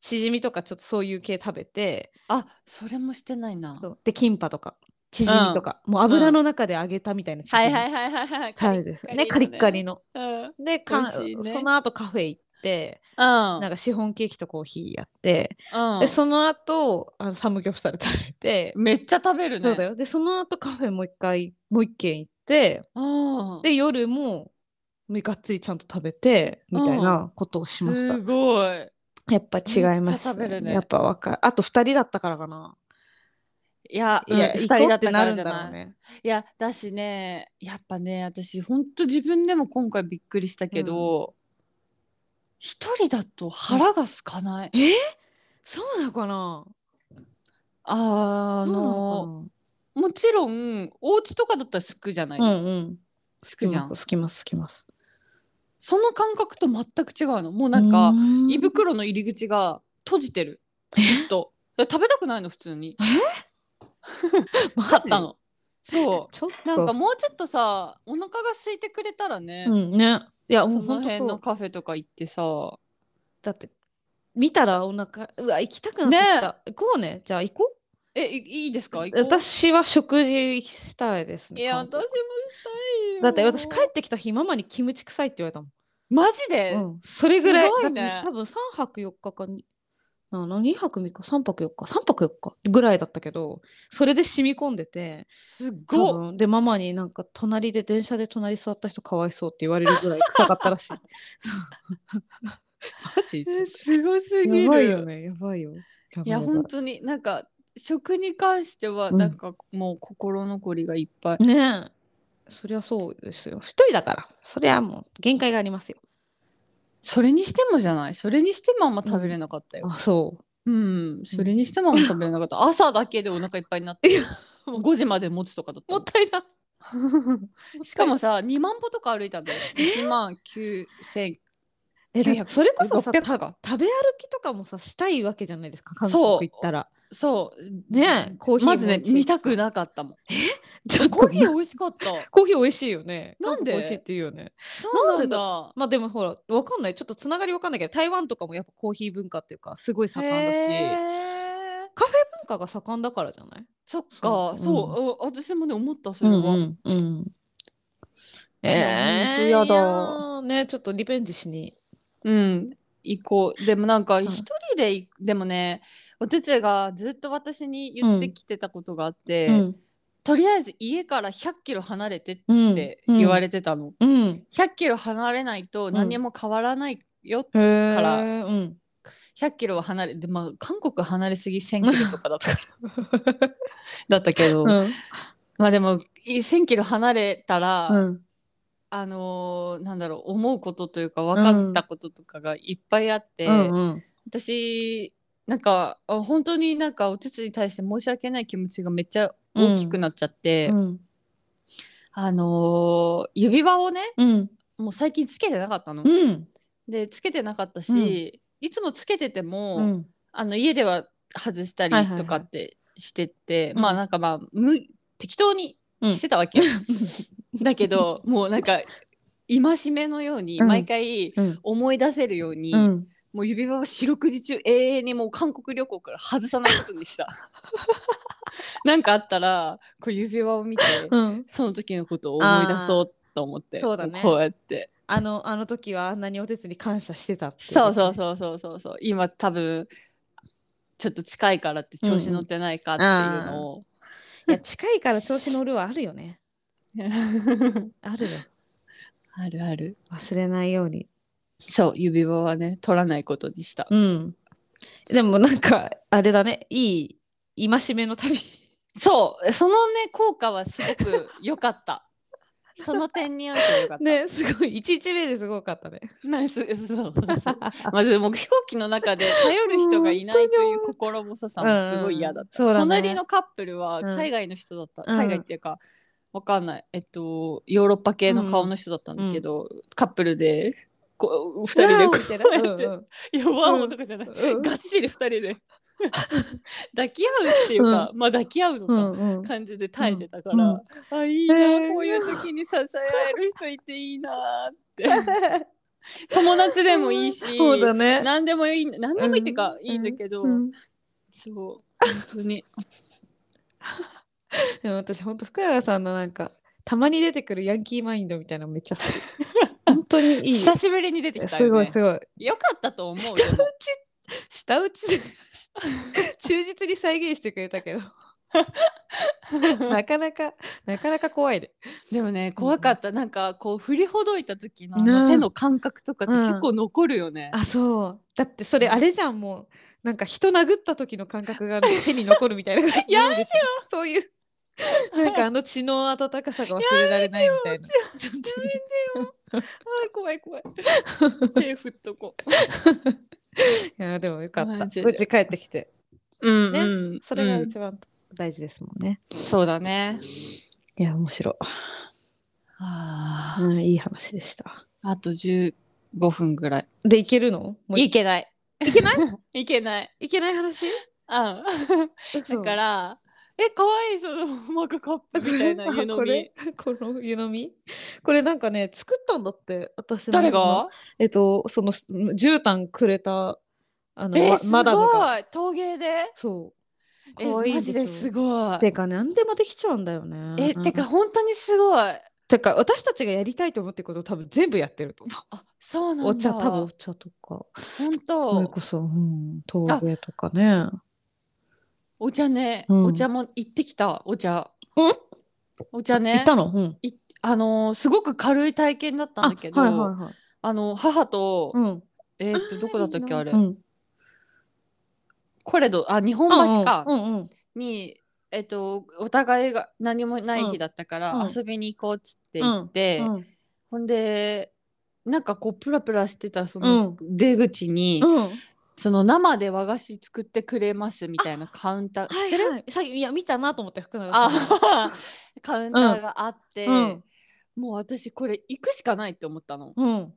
しじみとかちょっとそういう系食べて、あ、それもしてないな。そうで、キンパとか、チヂミとか、もう油の中で揚げたみたいなチヂはミ。いはいはいはいはい。カリですねカリッカリ。の。うん。でか美味しいねその後カフェ行ってうんなんかシフォンケーキとコーヒーやって、うんでその後あのサムギョプサル食べて、めっちゃ食べるね。そうだよでその後カフェもう一回もう一軒行ってうん。で夜もがっつりちゃんと食べてみたいなことをしました、すごい。やっぱ違いますめっちゃ食べるねやっぱ若いあと2人だったからかないや、いや、う行ん、二こ人うだっってたなからるんじだゃろうない。ね。いや、だしね、やっぱね、私、ほんと自分でも今回びっくりしたけど、一人だと腹が空かない。えーそうなのかなああの、もちろん、お家とかだったらすくじゃない。うんうん。す好くきじゃます、ん好。きます、好きます。その感覚と全く違うの。もうなんか、ー胃袋の入り口が閉じてる。ずっと。食べたくないの、普通に。マジ買ったの。そう。ちょっと。なんかもうちょっとさ、お腹が空いてくれたらね、うんね。いや、そもうの本当辺そのう。カフェとか行ってさ、だって、見たらお腹、うわ、行きたくなってきた。行こうね。じゃあ行こう。え、いいいですか行こう私は食事したいですね。いや、韓私も国したいよ。だって私帰ってきた日ママにキムチ臭いって言われたもん。マジで、うん、それぐらいすごいねだって多分3泊4日かにな2泊3日3泊4日3泊4日ぐらいだったけどそれで染み込んでてすっ多ごい。分でママになんか隣で電車で隣座った人かわいそうって言われるぐらい臭かったらしい。そう マジえすごすぎる。やばいよねやばいよ。やばいや、ば本当になんか、食に関しては、うんなんかもう心残りがいっぱい。ねえそりゃそうですよ。一人だからそりゃもう限界がありますよ。それにしてもじゃないそれにしてもあんま食べれなかったよ。あそう。うん、それにしてもあんま食べれなか った。朝だけでお腹いっぱいになって。5時まで持つとかだったももっん。たいな。 しかもさ、2万歩とか歩いたんだよ。1万9000。えだって900それこそさ600たか食べ歩きとかもさしたいわけじゃないですか韓そう国行ったらそう。ねえコーヒーもまずね、美味しい見たくなかったもん。ちょっと コーヒー美味しかった。コーヒー美味しいよねなんで韓国美味しいっていうよねそうなんだ。まあでもほらわかんないちょっとつながりわかんないけど台湾とかもやっぱコーヒー文化っていうかすごい盛んだしへーカフェ文化が盛んだからじゃないそっそうか、うんそう、あ私もね、思った、それは。んうんえー、いやほんとやだーねちょっとリベンジしにうん、行こう。でもなんか、ん一人で行、でもね、おてつがずっと私に言ってきてたことがあって、うんとりあえず家から100キロ離れてっうんて言われれてたの。うん100キロ離れないと何も変わらないよ。へーからうん100キロは離れて、まあ、韓国離れすぎ1000キロとかだったから だったけど、うんまあでも、い1000キロ離れたら、うんあのーなんだろう思うことというか分かったこととかがいっぱいあって、うんうん私なんかあ本当になんかお手伝いに対して申し訳ない気持ちがめっちゃ大きくなっちゃって、うんあのー指輪をねうんもう最近つけてなかったの。うんでつけてなかったし、いつもつけてても、うんあの家では外したはいはいりはいとかってしてって、うんまあなんかまあむ適当にうんしてた わけ、だけどもうなんか戒めのようにうん毎回うん思い出せるように、うんもう指輪は四六時中永遠にもう韓国旅行から外さないことにした なんかあったらこう指輪を見てうんその時のことを思い出そうと思ってあーそうだねこうやってあのあの時はあんなにお手伝いに感謝してたっていそうそうそうそうそうそう今多分ちょっと近いからって調子乗ってないかっていうのを、いや近いから調子乗るはあるよねあるよ あるある忘れないようにそう指輪はね取らないことにしたうんでもなんかあれだねいい戒めの旅 そうそのね効果はすごく良かったその点においては良かったねすごい1日目ですごかったねまあ、そうそうそう まずもう飛行機の中で頼る人がいないという心細さもすごい嫌だった、うんうんそうだね隣のカップルはうん海外の人だった、うん海外っていうかわかんないえっとヨーロッパ系の顔の人だったんだけど、カップルでこう2人でこううわーや って呼ばんとかじゃない、うんがっしり2人で 抱き合うっていうか、まあ抱き合うのうか、ん うん感じで耐えてたかうんら、あいいな、へーこういう時に支え合える人いていいなーって友達でもいい しそうだね何でもいい何でもいいっていうか、うんいいんだけど、うんそう本当にでも私ほんと福永さんのなんかたまに出てくるヤンキーマインドみたいなのめっちゃ 好き本当にいい久しぶりに出てきたすよごねいすごいよかったと思う下打よち 下打ち忠実に再現してくれた けどなかなかなかなか怖いででもね怖かった、なんかこう振りほどいた時のあねの手の感覚とかってうん結構残るよね、あそうだってそれあれじゃんもうなんか人殴った時の感覚 が手に残るみたいなやめてよそういうなんかあの血の温かさが忘れられないみたいなちょっとやめてよ。あー怖い怖い。手振っとこう。いやでもよかったマジで無事帰ってきてうん、ねうん。それが一番大事ですもんね、うんそうだね。いや面白いあうんいい話でしたあと15分ぐらい。でいけるのもういいけない。いけない いけない。いけない話あ嘘だから、 え、可愛 いそのマグカップみた い な湯飲これみ。この湯飲みこれなんかね作ったんだって私の誰がえっとその絨毯くれたあの、えわすマダムがごい陶芸でそうえ可愛いんマジだでけどすごい。てか何でもできちゃうんだよねえ、てか本当にすごい。てか私たちがやりたいと思ってることを多分全部やってると思あ、そうなんうだ。お茶多分お茶とか本それ当。こそ、うん、陶芸とかねお茶ね、うんお茶も行ってきた、お茶。うんお茶行ねっ。たのうんいあのーすごく軽い体験だったんだけど、あ,、はいはいはいの母と、うんえーっとどこだったっけあれ、うんコレドあ日本橋か、うんうんうんにえーっとお互いが何もない日だったから、うんうん遊びに行こうっつって行って、うんほんでなんかこうプラプラしてたその出口に、うんその生で和菓子作ってくれますみたいなカウンター知ってる、はいはいさいや見たなと思って福永さんがあ カウンターがあって、うんもう私これ行くしかないって思ったの。うん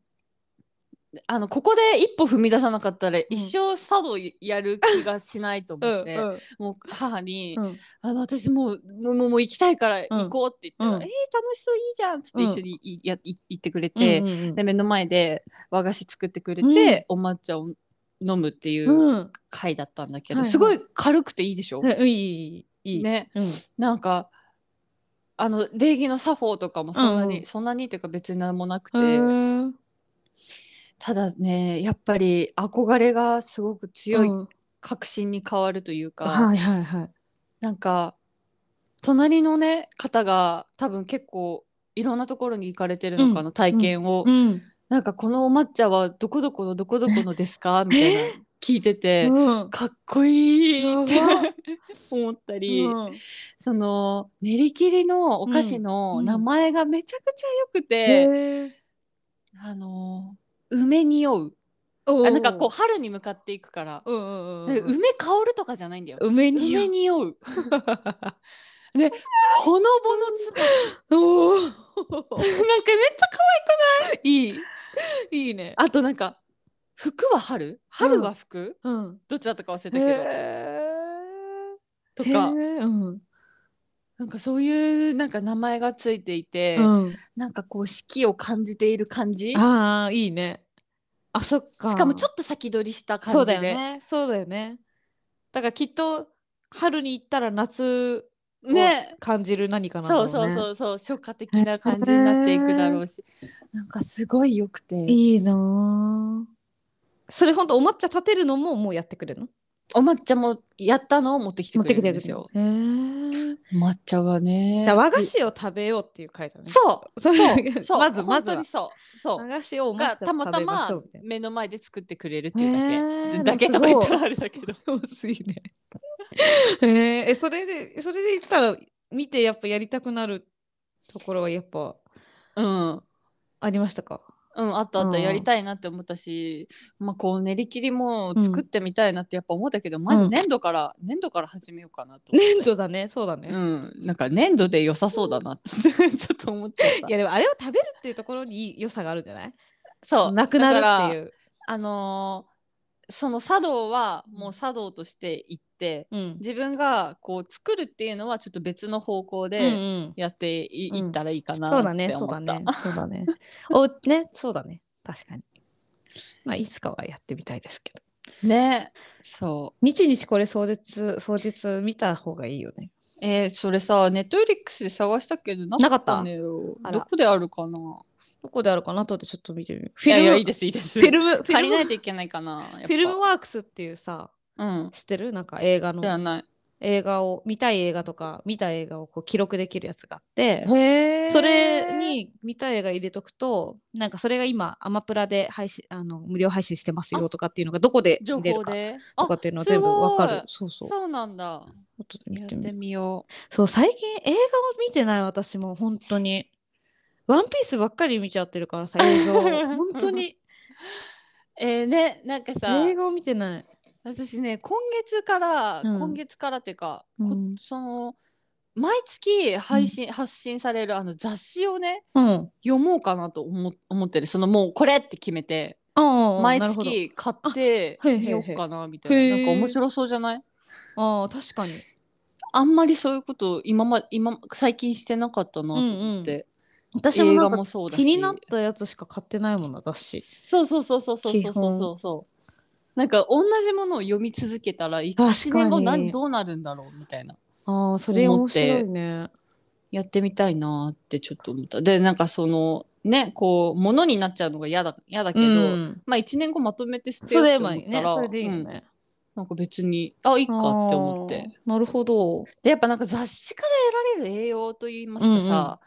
あのここで一歩踏み出さなかったら一生茶道やる気がしないとう思んって、もう母に、うんあの私もうもうもうもう行きたいから行こうって言ったら、うんえー、楽しそういいじゃんっつって一緒にい、やい行ってくれうんて、うんうんで目の前で和菓子作ってくれて、うんお抹茶を飲むっていううん回だったんだけど、はいはいすごい軽くていいでしょ、うんいいいいいいね、うんなんかあの礼儀の作法とかもそんなに、うんうんそんなにっていうか別に何もなくて。へーただねやっぱり憧れがすごく強いうん確信に変わるというか、はいはいはいなんか隣のね方が多分結構いろんなところに行かれてるのかな、体験を、うんなんかこのお抹茶はどこどこのどこどこので すかみたいな聞いてて、うんかっこいいってやば 思ったり、うんその練り切りのお菓子の名前がめちゃくちゃ良くて、へーあの梅に酔うおあーなんかこう春に向かっていくからうんうんうんでうん梅香るとかじゃないんだよ。梅に梅に 酔う。ほのぼのつば。おー なんかめっちゃ可愛い。いいいいねあとなんか、服は春春は服、うんどっちだったか忘れたへけーど。とへか、ーうんなんかそういうなんか名前がついていて、うんなんかこう四季を感じている感じ。ああいいねあそっかしかもちょっと先取りした感じそうで。だよねそうだよねだからきっと春に行ったら夏をね感じる何かなんだそろううねそうそうそう初夏的な感じになっていくだろうし、なんかすごい良くていいなぁそれほんとお抹茶立てるのももうやってくれるのお抹茶もやったのを持ってきて持くっれてるきてんくれでするのよへー抹茶がねだから和菓子を食べようっていう回だねそ うそそうういうそうまずまずは本当にそうそ和う菓子をお抹が茶たまたま食べしょうみたいな目の前で作ってくれるっていうだけ、へーだけとか言ったらあれだけどそうすいね。 えーえ、それで、それで言ったら、見てやっぱやりたくなるところはやっぱうんありましたかうん、あったあったうんやりたいなって思ったし、まあこう練り切りも作ってみたいなってやっぱ思ったけど、まず粘土から粘土から始めようかなと思って粘土だね、そうだね。うん、なんか粘土で良さそうだなって ちょっと思っちゃったいやでもあれを食べるっていうところに良さがあるんじゃないそうなくなだからるっていう。あのーその茶道はもう茶道として行ってうん。自分がこう作るっていうのはちょっと別の方向うで、んやってい,、うんったらいいかう、なんってそう思だった。ね、そうだね、そうだね。おね、そうだね、確かに。まあ、いつかはやってみたいですけど。ねそ日々これ双日、双日見た方がいいよね。う。えー、それさ、ネットフリックスで探したけど、なかったのよ。なかったあらどこであるかなどこであるかなとでちょっと見てみる。いフやいや、いいィです、いいです。ルム、 フィルム、フィ借ルりムないといけないかな。やっぱフィルムワークスっていうさうん。知ってるなんか映画のではない。映画を見たい映画とか見た映画をこう記録できるやつがあってへえそれに見たい映画入れとくとなんかそれが今アマプラで配信あの無料配信してますよとかっていうのがどこで情見れる報かでとかっていうのは全部わかるあすそうごそいうそうなんだ後でや見ってみてみよそう最近映画を見てない私も本当にワンピースばっかり見ちゃってるからさ映 像を本当にうえー、ねなんかさ映画を見てない私ね今月から、うん今月からっていうか、うこんその毎月配信、発信されるあの雑誌をねうん読もうかなと思思ってるそのもうこれって決めてああ毎なるほど月買ってあへいへいへいみようかなみたいなへーなんか面白そうじゃないああ確かにあんまりそういうこと今ま今最近してなかったなと思って、私も映な画んかもそうだし気になったやつしか買ってないもんな雑誌そうそうそうそうそうそうそうそうそうなんか同じものを読み続けたらかに1年後何どうなるんだろうみたいなああそれ思面って白いねやってみたいなーってちょっと思ったでなんかそのねこうものになっちゃうのが嫌だ嫌だけど、うんまあ1年後まとめて捨てそようれでとも思いいったねらそれでいいようんねなんか別にあいいかって思ってああなるほどでやっぱなんか雑誌から得られる栄養といいますかさ、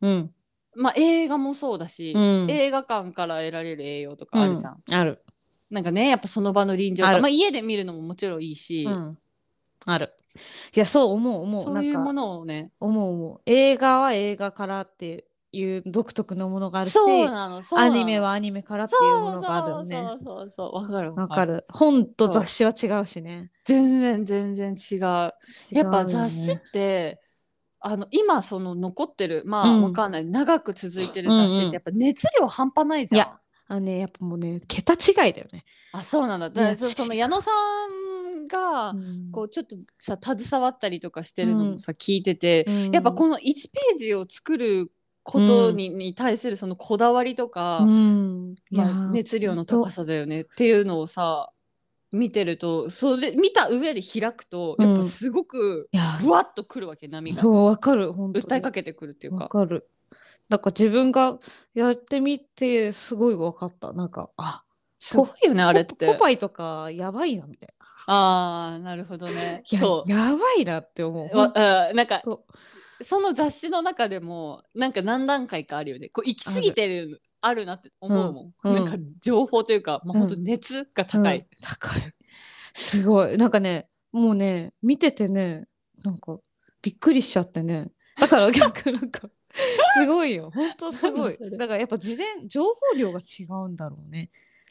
うんまあ映画もそうだし、うん映画館から得られる栄養とかあるじゃん、うんあるなんかねやっぱその場の臨場あ感るまあ家で見るのももちろんいいし、うんあるいやそう思う思うそういうなんかものをね思う思う映画は映画からっていう独特のものがあるしそうなのそうなアのニメはアニメからっていうものがあるよねそうそうそうそうわかるわかる本と雑誌は違うしね全然全然違う違うやっぱよね雑誌ってあの今その残ってるまあ、うんわかんない長く続いてる雑誌うんっうんてやっぱ熱量半端ないじゃん。いやあのねやっぱもうね桁違いだよねあそうなんだ。だかいらやそその矢野さんが、こうちょっとさ携わったりとかしてるのもさ、聞いてて、やっぱこの1ページを作ることに,、に対するそのこだわりとか、うんいやまあ、熱量の高さだよねっていうのをさ見てるとそれ見た上で開くとうんやっぱすごくいやぶわっとくるわけ波がそうわかる本当に訴えかけてくるっていうわか。かるなんか自分がやってみてすごいわかったなんかあすごいよねあれっポてポ。パイとかやばいなみたいなああなるほどね。いやそうやばいなって思うわうんなんかそうその雑誌の中でもなんか何段階かあるよねこう行き過ぎてるあるなって思うもん、うんうんなんか情報というか、まあ、うん本当熱が高い、うん高いすごいなんかねもうね見ててねなんかびっくりしちゃって ねだから逆なんかすごいよ本当すごいなんだそれだからやっぱ事前情報量が違うんだろうね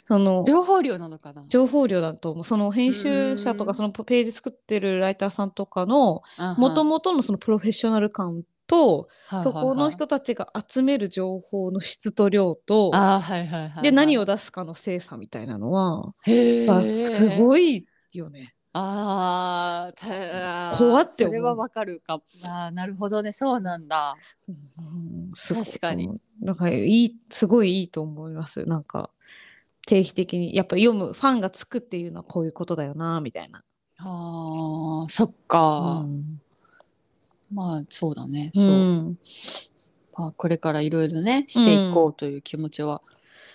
その情報量なのかな情報量だと思うその編集者とうーんかそのページ作ってるライターさんとかのもともとのそのプロフェッショナル感とそこの人たちが集める情報の質と量とあーはいはいはいはいで何を出すかの精査みたいなのはへやっぱーすごいよね。あーたあー怖って思うそれはわかるかあーなるほどねそうなんだうんすごい確かにうんなんかいいすごいいいと思いますなんか定期的にやっぱ読むファンがつくっていうのはこういうことだよなみたいな、あーそっうか、んまあそうだね、うそう、んまあ、これからいろいろねしていこうという気持ちは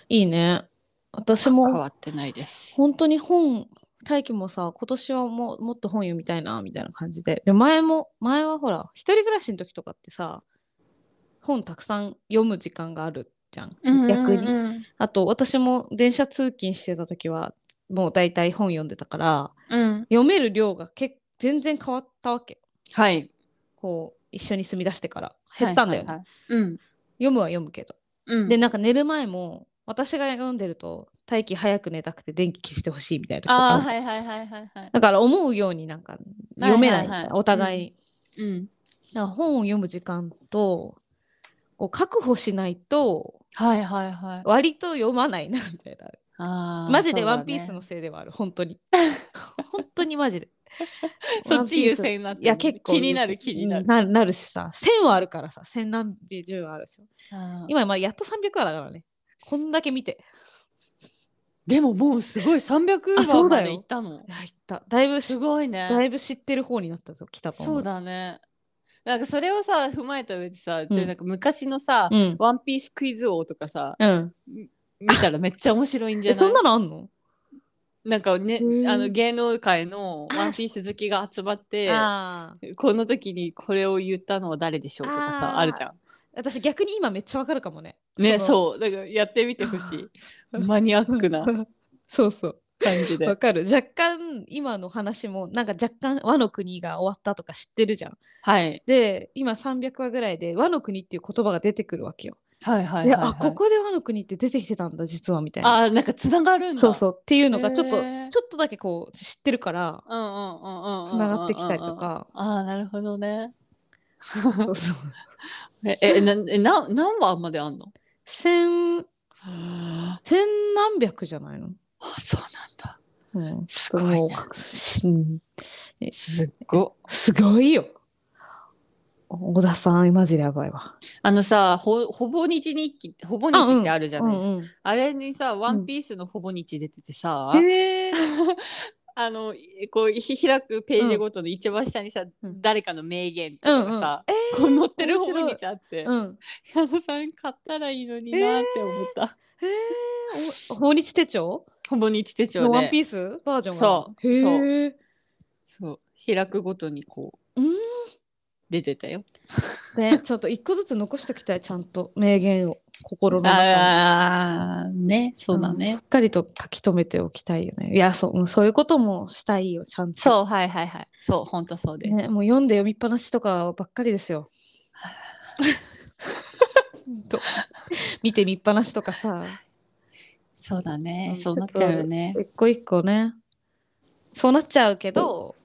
いいね私変もわってないです、本当に本大輝もさ今年はもうもっと本読みたいなみたいな感じでで前も前はほら一人暮らしの時とかってさ本たくさん読む時間があるじゃん逆に、うんあと私も電車通勤してた時はもう大体本読んでたからうん、読める量がけ全然変わったわけはいこう一緒に住み出してから減ったんだよ、ねはいはいはいうん読むは読むけど、うん、でなんか寝る前も私が読んでると大気早く寝たくて電気消してほしいみたいな時とかあああるはいはいはいはいはい、だから思うようになんか読めないみたいな、はいはいはいお互いに、うだん、から本を読む時間とこう確保しないとはいはいはい割と読まないなみたいなあーマジで「そうワだねンピースのせいではある、本当 に本当にマジでそっち優ワンピース先になってるいや結構気になる気になる、ななるしさ1000はあるからさ1000何百10はあるでしょあー今まあやっと300話だからねこんだけ見てでももうすごい300あそ話うまだよでいったいのやいっただいぶしすごいだねいぶ知ってる方になったと来たと思うそうだねなんかそれをさ踏まえた上でさ、んじゃあなんか昔のさ、うんワンピースクイズ王とかさうん見たらめっちゃ面白いんじゃえないそんなのあんのなんかね、うんあの芸能界のあワンピース好きが集まってあー この時にこれを言ったのは誰でしょうとかさあーあるじゃ私逆に今めっちゃわかるかもね。ん。ねのそうだからやってみてほし いマニアックなそうそう。感じわで。かる若干今の話もなんか若干和の国が終わったとか知ってるじゃん。はいで今300話ぐらいで和の国っていう言葉が出てくるわけよ。はいはいはい、はい。であここで和の国って出てきてたんだ実はみたいな。あーなんかつながるんだ。そうそうっていうのがちょっとへーちょっとだけこう知ってるからうんうんうんうんうんうんうんうん。つながってきたりと。か。ああなるほどね。そうそう ええなえな何番まであんの？千あ千何百じゃないの、そうなんだ。うん、すごいね。うんすっご。すごいよ。小田さんマジでやばいわ。あのさほほぼ日日記ほぼあうん日ってあるじゃないですか。あ,、うんれにさワンピースのほぼ日出ててさ。うん、えーあのこうひ開くページごとの一番下にさ、うん誰かの名言とうんかうんがさ、えこう載ってる面ほ白いぼ日あって、うん。あのさん買ったらいいのになって思った、へえ。お訪日手帳ほぼ日手帳のでワンピースバージョンそうへそうえ。そう開くごとにこううん。出てたよ。ね、ちょっと一個ずつ残しときたい、ちゃんと名言を心の中に。ああねそうだね。んしっかりと書き留めておきたいよね。いや、そううんそういうこともしたいよ、ちゃんと。そうはいはいはいそう本当そうです。ね、もう読んで読みっぱなしとかばっかりですよ。 ほんと見てみっぱなしとかさ、そうだねうんそうなっちゃうよね。一個一個ね、そうなっちゃうけど、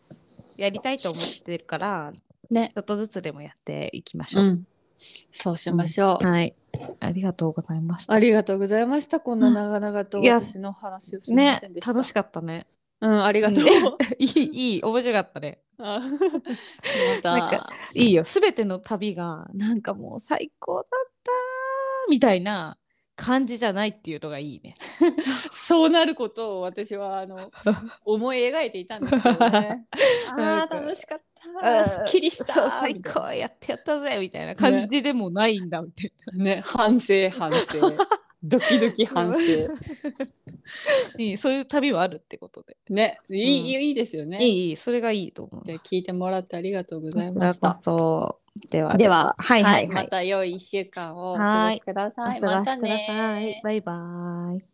やりたいと思ってるから、ねちょっとずつでもやっていきましうょう。んそうしましょう。はい。ありがとうございました。ありがとうございました。こんな長々といや私の話をすみまねせんで、した。楽しかったね。 うん、ありがとう。いい、いい、面白かったね。あまなんかた。いいよ。すべての旅が、なんかもう最高だったーみたいな感じじゃないっていうのがいいね。そうなることを私は あの思い描いていたんですけどね。なあんかあ楽しかった。すっきりした。そう、最みたい高やってやったぜみたいな感じでもないんだみたいなね反省 反省ドキドキな。反省いいそういう旅はあるってことで。ねいい,、ういいですよね。いい、いい、それがいいと思う。じゃあ聞いてもらってありがとうございこまちしらこた。そ。では、でははいはいはい。また良い一週間をお過ごしください。お過まごしたください。ね。バイバイ。